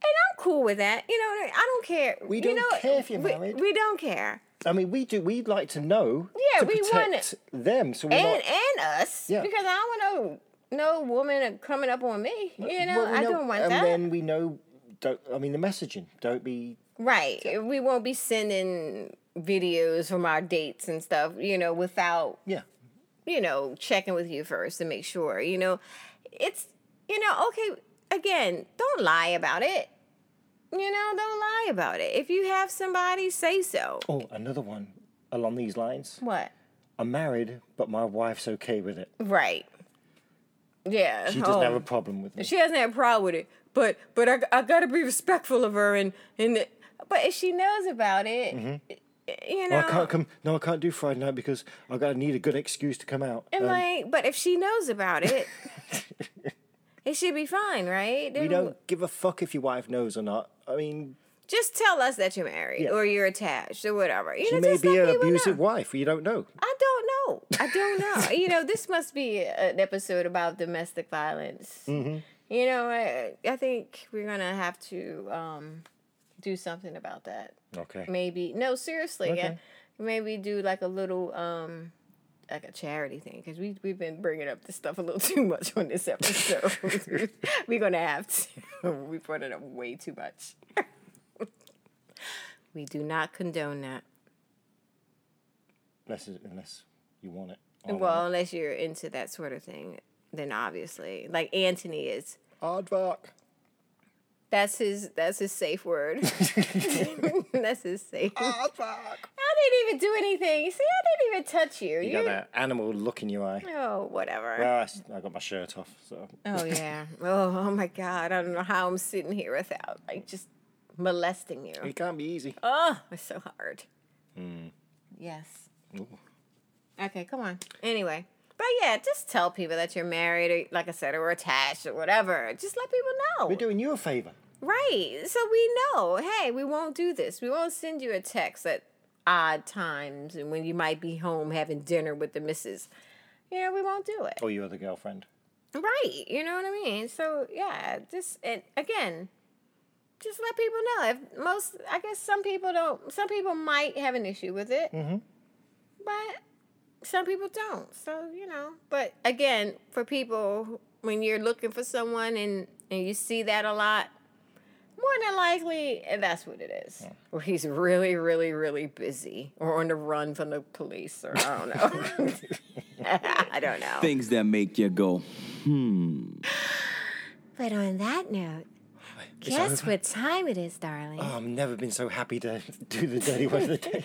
[SPEAKER 1] And I'm cool with that. You know, I don't care.
[SPEAKER 2] We
[SPEAKER 1] You
[SPEAKER 2] don't
[SPEAKER 1] know,
[SPEAKER 2] care if you're
[SPEAKER 1] we-
[SPEAKER 2] married.
[SPEAKER 1] We don't care.
[SPEAKER 2] I mean, we do. We'd like to know.
[SPEAKER 1] Yeah,
[SPEAKER 2] to
[SPEAKER 1] we
[SPEAKER 2] protect
[SPEAKER 1] wanna-
[SPEAKER 2] them. So we're
[SPEAKER 1] and
[SPEAKER 2] not.
[SPEAKER 1] and us
[SPEAKER 2] Yeah.
[SPEAKER 1] because I don't want no no woman coming up on me. You know,
[SPEAKER 2] Well, we
[SPEAKER 1] I don't want
[SPEAKER 2] and
[SPEAKER 1] that.
[SPEAKER 2] then we know. Don't. I mean, the messaging. Don't be.
[SPEAKER 1] right, we won't be sending videos from our dates and stuff. You know, without
[SPEAKER 2] Yeah.
[SPEAKER 1] you know checking with you first to make sure. You know, it's you know okay. Again, don't lie about it. You know, don't lie about it. If you have somebody, say so.
[SPEAKER 2] Oh, another one along these lines.
[SPEAKER 1] What?
[SPEAKER 2] I'm married, but my wife's okay with it.
[SPEAKER 1] Right. Yeah.
[SPEAKER 2] She doesn't
[SPEAKER 1] oh.
[SPEAKER 2] have a problem with me.
[SPEAKER 1] She doesn't have a problem with it, but but I, I gotta be respectful of her and and but if she knows about it, you know.
[SPEAKER 2] Mm-hmm. Well, I can't come. No, I can't do Friday night because I gotta need a good excuse to come out.
[SPEAKER 1] and
[SPEAKER 2] Um,
[SPEAKER 1] like, but if she knows about it, it should be fine, right?
[SPEAKER 2] we
[SPEAKER 1] Then
[SPEAKER 2] don't give a fuck if your wife knows or not. I mean,
[SPEAKER 1] Just tell us that you're married
[SPEAKER 2] Yeah.
[SPEAKER 1] or you're attached or whatever. You
[SPEAKER 2] she
[SPEAKER 1] know,
[SPEAKER 2] may
[SPEAKER 1] just
[SPEAKER 2] be
[SPEAKER 1] let
[SPEAKER 2] an
[SPEAKER 1] people
[SPEAKER 2] abusive
[SPEAKER 1] know.
[SPEAKER 2] wife. You don't know.
[SPEAKER 1] I don't know. I don't know. you know, this must be an episode about domestic violence.
[SPEAKER 2] Mm-hmm.
[SPEAKER 1] You know, I, I think we're gonna have to um, do something about that.
[SPEAKER 2] Okay.
[SPEAKER 1] maybe no seriously yeah.
[SPEAKER 2] Okay.
[SPEAKER 1] maybe do like a little um like a charity thing because we, we've been bringing up this stuff a little too much on this episode we're gonna have to we brought it up way too much we do not condone that
[SPEAKER 2] Unless, unless you want it. I want
[SPEAKER 1] well unless you're into that sort of thing then obviously like anthony is
[SPEAKER 2] it. Aardvark.
[SPEAKER 1] that's his that's his safe word that's his safe
[SPEAKER 2] Oh, Aardvark.
[SPEAKER 1] i didn't even do anything see i didn't even touch you
[SPEAKER 2] You got that animal look in your eye.
[SPEAKER 1] oh whatever
[SPEAKER 2] Ah, s- I got my shirt off, so
[SPEAKER 1] Oh yeah. Oh, oh my God. I don't know how I'm sitting here without like just molesting you.
[SPEAKER 2] it can't be easy.
[SPEAKER 1] Oh, it's so hard. Mm. Yes. Okay, come on. Anyway, but yeah, just tell people that you're married, or like I said, or attached, or whatever. Just let people know.
[SPEAKER 2] We're doing you a favor.
[SPEAKER 1] Right. So we know, hey, we won't do this. We won't send you a text at odd times and when you might be home having dinner with the missus. You know, we won't do it.
[SPEAKER 2] Or Oh, your other girlfriend.
[SPEAKER 1] Right. You know what I mean? So, yeah, just, and again, just let people know. If most, I guess some people don't, some people might have an issue with it. But some people don't. So, you know, but again, for people, when you're looking for someone and, and you see that a lot, more than likely, that's what it is. Or he's really, really, really busy or on the run from the police or I don't know. I don't know.
[SPEAKER 4] Things that make you go.
[SPEAKER 1] But on that note, guess what time it is, darling?
[SPEAKER 2] Oh, I've never been so happy to do the dirty word of the day.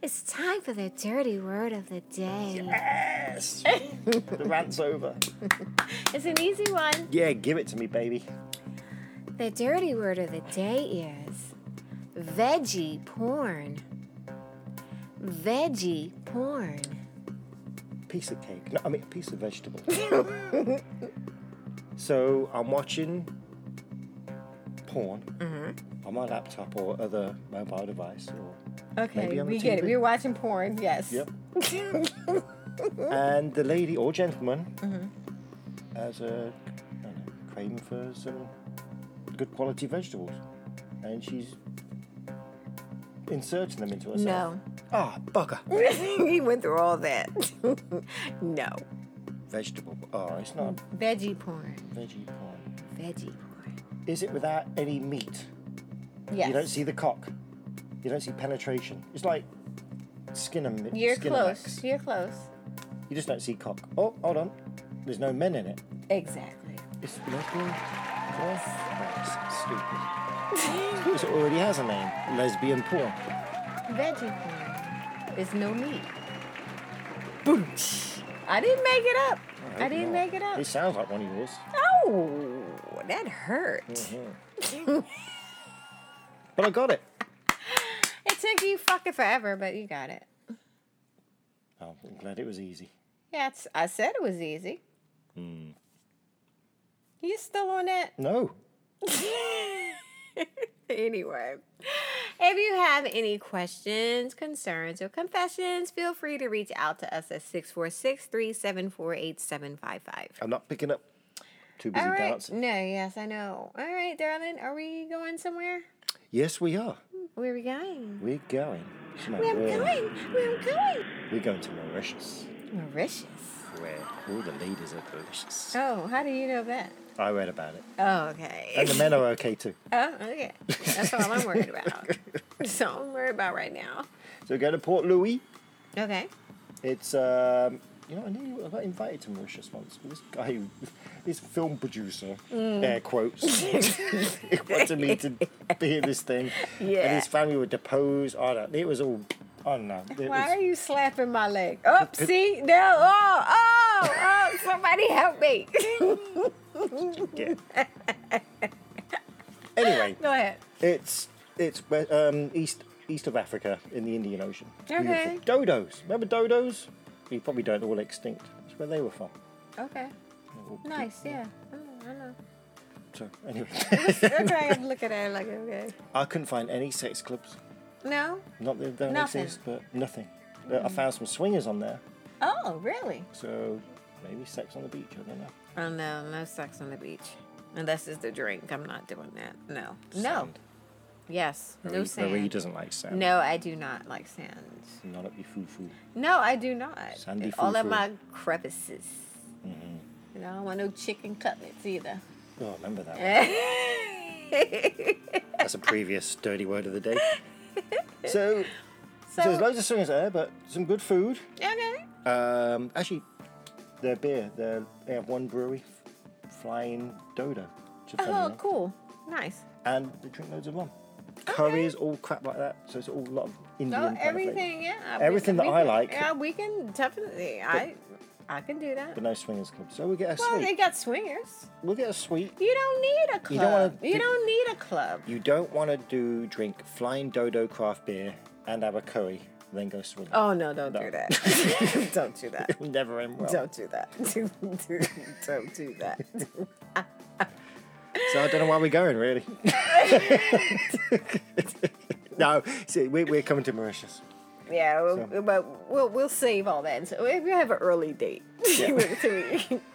[SPEAKER 1] It's time for the dirty word of the day.
[SPEAKER 2] Yes. the rant's over.
[SPEAKER 1] It's an easy one.
[SPEAKER 2] Yeah, give it to me, baby.
[SPEAKER 1] The dirty word of the day is veggie porn. Veggie porn.
[SPEAKER 2] Piece of cake. No, I mean a piece of vegetable. so I'm watching porn on my laptop or other mobile device, or, Maybe
[SPEAKER 1] Okay,
[SPEAKER 2] on the
[SPEAKER 1] we get it.
[SPEAKER 2] TV.
[SPEAKER 1] We're watching porn, yes.
[SPEAKER 2] Yep. and the lady or gentleman
[SPEAKER 1] Mm-hmm.
[SPEAKER 2] has a I don't know, craving for some good quality vegetables, and she's inserting them into herself.
[SPEAKER 1] No.
[SPEAKER 2] Ah, bugger.
[SPEAKER 1] he went through all that. no.
[SPEAKER 2] Vegetable. Oh, it's not
[SPEAKER 1] Veggie porn.
[SPEAKER 2] veggie porn.
[SPEAKER 1] Veggie porn.
[SPEAKER 2] Is it without any meat?
[SPEAKER 1] Yes.
[SPEAKER 2] You don't see the cock. You don't see penetration. It's like skin and
[SPEAKER 1] You're
[SPEAKER 2] skin and
[SPEAKER 1] close.
[SPEAKER 2] max.
[SPEAKER 1] You're close.
[SPEAKER 2] You just don't see cock. Oh, hold on. There's no men in it.
[SPEAKER 1] Exactly.
[SPEAKER 2] It's nothing. That's stupid. Because it already has a name lesbian porn.
[SPEAKER 1] Veggie porn. There's no meat. Boosh. I didn't make it up. I,
[SPEAKER 2] hope
[SPEAKER 1] didn't
[SPEAKER 2] not.
[SPEAKER 1] make it up.
[SPEAKER 2] It sounds like one of yours.
[SPEAKER 1] Oh, that hurt.
[SPEAKER 2] But I got it.
[SPEAKER 1] It took you fucking forever, but you got it.
[SPEAKER 2] Oh, I'm glad it was easy.
[SPEAKER 1] Yeah, it's, I said it was easy. You still on that?
[SPEAKER 2] No.
[SPEAKER 1] anyway, if you have any questions, concerns, or confessions, feel free to reach out to us at 646 374 8755.
[SPEAKER 2] I'm not picking up. Too busy
[SPEAKER 1] All right.
[SPEAKER 2] dancing.
[SPEAKER 1] No, yes, I know. All right, darling, are we going somewhere?
[SPEAKER 2] Yes, we are.
[SPEAKER 1] Where are we going?
[SPEAKER 2] We're going. to
[SPEAKER 1] Where I'm
[SPEAKER 2] Mauritius.
[SPEAKER 1] going. Where I'm going.
[SPEAKER 2] We're going to Mauritius,
[SPEAKER 1] Mauritius.
[SPEAKER 2] where all the ladies are delicious.
[SPEAKER 1] Oh, how do you know that?
[SPEAKER 2] I read about it.
[SPEAKER 1] Oh, okay.
[SPEAKER 2] And the men are okay too.
[SPEAKER 1] Oh, okay. That's all I'm worried about. That's all I'm worried about right now.
[SPEAKER 2] So we go to Port Louis.
[SPEAKER 1] Okay.
[SPEAKER 2] It's um, you know I knew I got invited to Mauritius once. This guy, who- this film producer,
[SPEAKER 1] Mm.
[SPEAKER 2] air quotes, he wanted me to be in this thing.
[SPEAKER 1] Yeah.
[SPEAKER 2] And his family were deposed. I don't. It was all. I don't know. It
[SPEAKER 1] Why
[SPEAKER 2] was-
[SPEAKER 1] are you slapping my leg? Oh, see? No. Oh, oh, oh. Somebody help me.
[SPEAKER 2] yeah. anyway,
[SPEAKER 1] Go ahead.
[SPEAKER 2] it's it's we- um, east east of Africa in the Indian Ocean.
[SPEAKER 1] Okay.
[SPEAKER 2] Dodos. Remember dodos? You probably don't. They're all extinct. That's where they were from.
[SPEAKER 1] Okay. Nice, yeah. Oh, I know.
[SPEAKER 2] So anyway,
[SPEAKER 1] Okay, I'm looking at it like, okay.
[SPEAKER 2] I couldn't find any sex clubs.
[SPEAKER 1] No?
[SPEAKER 2] Not that they don't
[SPEAKER 1] Nothing.
[SPEAKER 2] exist, but nothing. But I found some swingers on there,
[SPEAKER 1] Oh, really?
[SPEAKER 2] so maybe sex on the beach. I don't know.
[SPEAKER 1] Oh, no. No sex on the beach. Unless it's the drink. I'm not doing that. No. No.
[SPEAKER 2] Sand.
[SPEAKER 1] Yes. No
[SPEAKER 2] Marie, Marie
[SPEAKER 1] sand.
[SPEAKER 2] doesn't like sand.
[SPEAKER 1] No, I do not like sand.
[SPEAKER 2] Not up your foo foo.
[SPEAKER 1] No, I do not.
[SPEAKER 2] Sandy Mm-hmm.
[SPEAKER 1] All of
[SPEAKER 2] foo-foo.
[SPEAKER 1] my crevices. And I don't want no chicken cutlets either.
[SPEAKER 2] Oh, remember that.
[SPEAKER 1] Eh.
[SPEAKER 2] one. That's a previous dirty word of the day. So, so,
[SPEAKER 1] So,
[SPEAKER 2] there's loads of swingers there, but some good food.
[SPEAKER 1] okay.
[SPEAKER 2] Um, actually, their beer. Their, they have one brewery, Flying Dodo. which is funny
[SPEAKER 1] Oh,
[SPEAKER 2] name.
[SPEAKER 1] cool. Oh, Nice.
[SPEAKER 2] And they drink loads of rum. Curries, all crap like that. So it's all a lot of Indian.
[SPEAKER 1] No,
[SPEAKER 2] kind of flavour.
[SPEAKER 1] everything, yeah.
[SPEAKER 2] Everything that
[SPEAKER 1] we
[SPEAKER 2] I
[SPEAKER 1] can-
[SPEAKER 2] like.
[SPEAKER 1] Yeah, we can definitely. I, I can do that.
[SPEAKER 2] But no swingers club. So we get a
[SPEAKER 1] Well,
[SPEAKER 2] suite.
[SPEAKER 1] they got swingers.
[SPEAKER 2] We'll get a suite.
[SPEAKER 1] You don't need a club.
[SPEAKER 2] You
[SPEAKER 1] You
[SPEAKER 2] don't wanna
[SPEAKER 1] don't,
[SPEAKER 2] do-
[SPEAKER 1] need a club.
[SPEAKER 2] You don't want to do drink flying dodo craft beer and have a curry, then go swimming.
[SPEAKER 1] Oh no! Don't
[SPEAKER 2] No.
[SPEAKER 1] do that. don't do that.
[SPEAKER 2] It'll never end well.
[SPEAKER 1] Don't do that. don't do that.
[SPEAKER 2] So I don't know why we're going really. no, see, we, we're coming to Mauritius.
[SPEAKER 1] Yeah, we'll, but we'll we'll save all that. So if you have an early date, to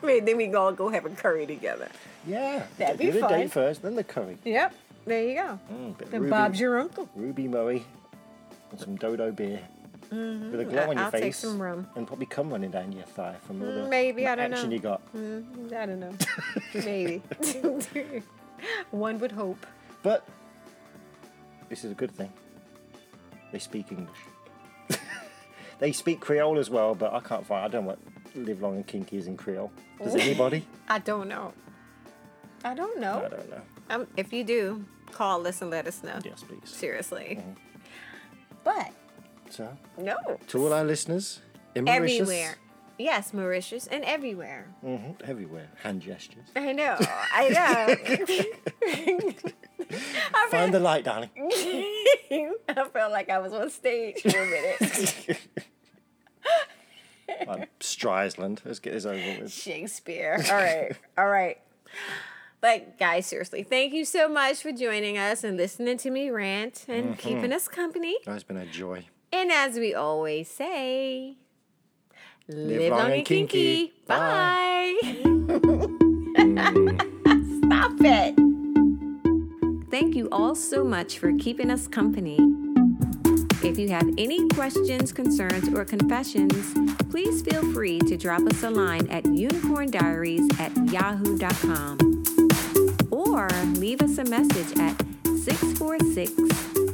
[SPEAKER 1] me, then we all go have a curry together.
[SPEAKER 2] Yeah,
[SPEAKER 1] That'd be
[SPEAKER 2] do the
[SPEAKER 1] fun.
[SPEAKER 2] date first, then the curry.
[SPEAKER 1] Yep, there you go.
[SPEAKER 2] bit of
[SPEAKER 1] then
[SPEAKER 2] Mm, Ruby.
[SPEAKER 1] Bob's your uncle.
[SPEAKER 2] Ruby Murray and some dodo beer with a glow
[SPEAKER 1] I-
[SPEAKER 2] on your
[SPEAKER 1] Mm-hmm. I'll take
[SPEAKER 2] face
[SPEAKER 1] some rum.
[SPEAKER 2] and probably cum running down your thigh from all the
[SPEAKER 1] Maybe, I don't
[SPEAKER 2] action
[SPEAKER 1] know.
[SPEAKER 2] you got.
[SPEAKER 1] I don't know. Maybe. One would hope.
[SPEAKER 2] But this is a good thing. They speak English. they speak Creole as well, but I can't find. I don't want live long and kinkies in Creole. Does anybody?
[SPEAKER 1] I don't know. I don't
[SPEAKER 2] I
[SPEAKER 1] know.
[SPEAKER 2] don't know.
[SPEAKER 1] Um, if you do, call us and let us know.
[SPEAKER 2] Yes, please.
[SPEAKER 1] Seriously. But
[SPEAKER 2] So,
[SPEAKER 1] no.
[SPEAKER 2] to all our listeners, in Mauritius,
[SPEAKER 1] Everywhere. Yes, Mauritius and everywhere.
[SPEAKER 2] Mhm, everywhere, hand gestures.
[SPEAKER 1] I know. I know.
[SPEAKER 2] Find the light, darling.
[SPEAKER 1] I felt like I was on stage for a minute.
[SPEAKER 2] I'm Streisand. Let's get this over with.
[SPEAKER 1] Shakespeare. All right. All right. But guys, seriously, thank you so much for joining us and listening to me rant and keeping us company.
[SPEAKER 2] That's been a joy.
[SPEAKER 1] And as we always say, live,
[SPEAKER 2] long
[SPEAKER 1] long,
[SPEAKER 2] and
[SPEAKER 1] and kinky.
[SPEAKER 2] kinky.
[SPEAKER 1] Bye. Stop it. Thank you all so much for keeping us company. If you have any questions, concerns, or confessions, please feel free to drop us a line at unicorndiaries at yahoo.com or leave us a message at 646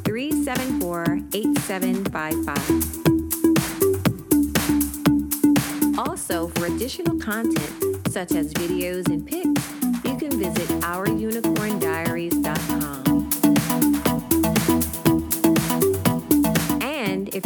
[SPEAKER 1] 374 8755. Also, for additional content such as videos and pics, you can visit ourunicorndiaries.com. If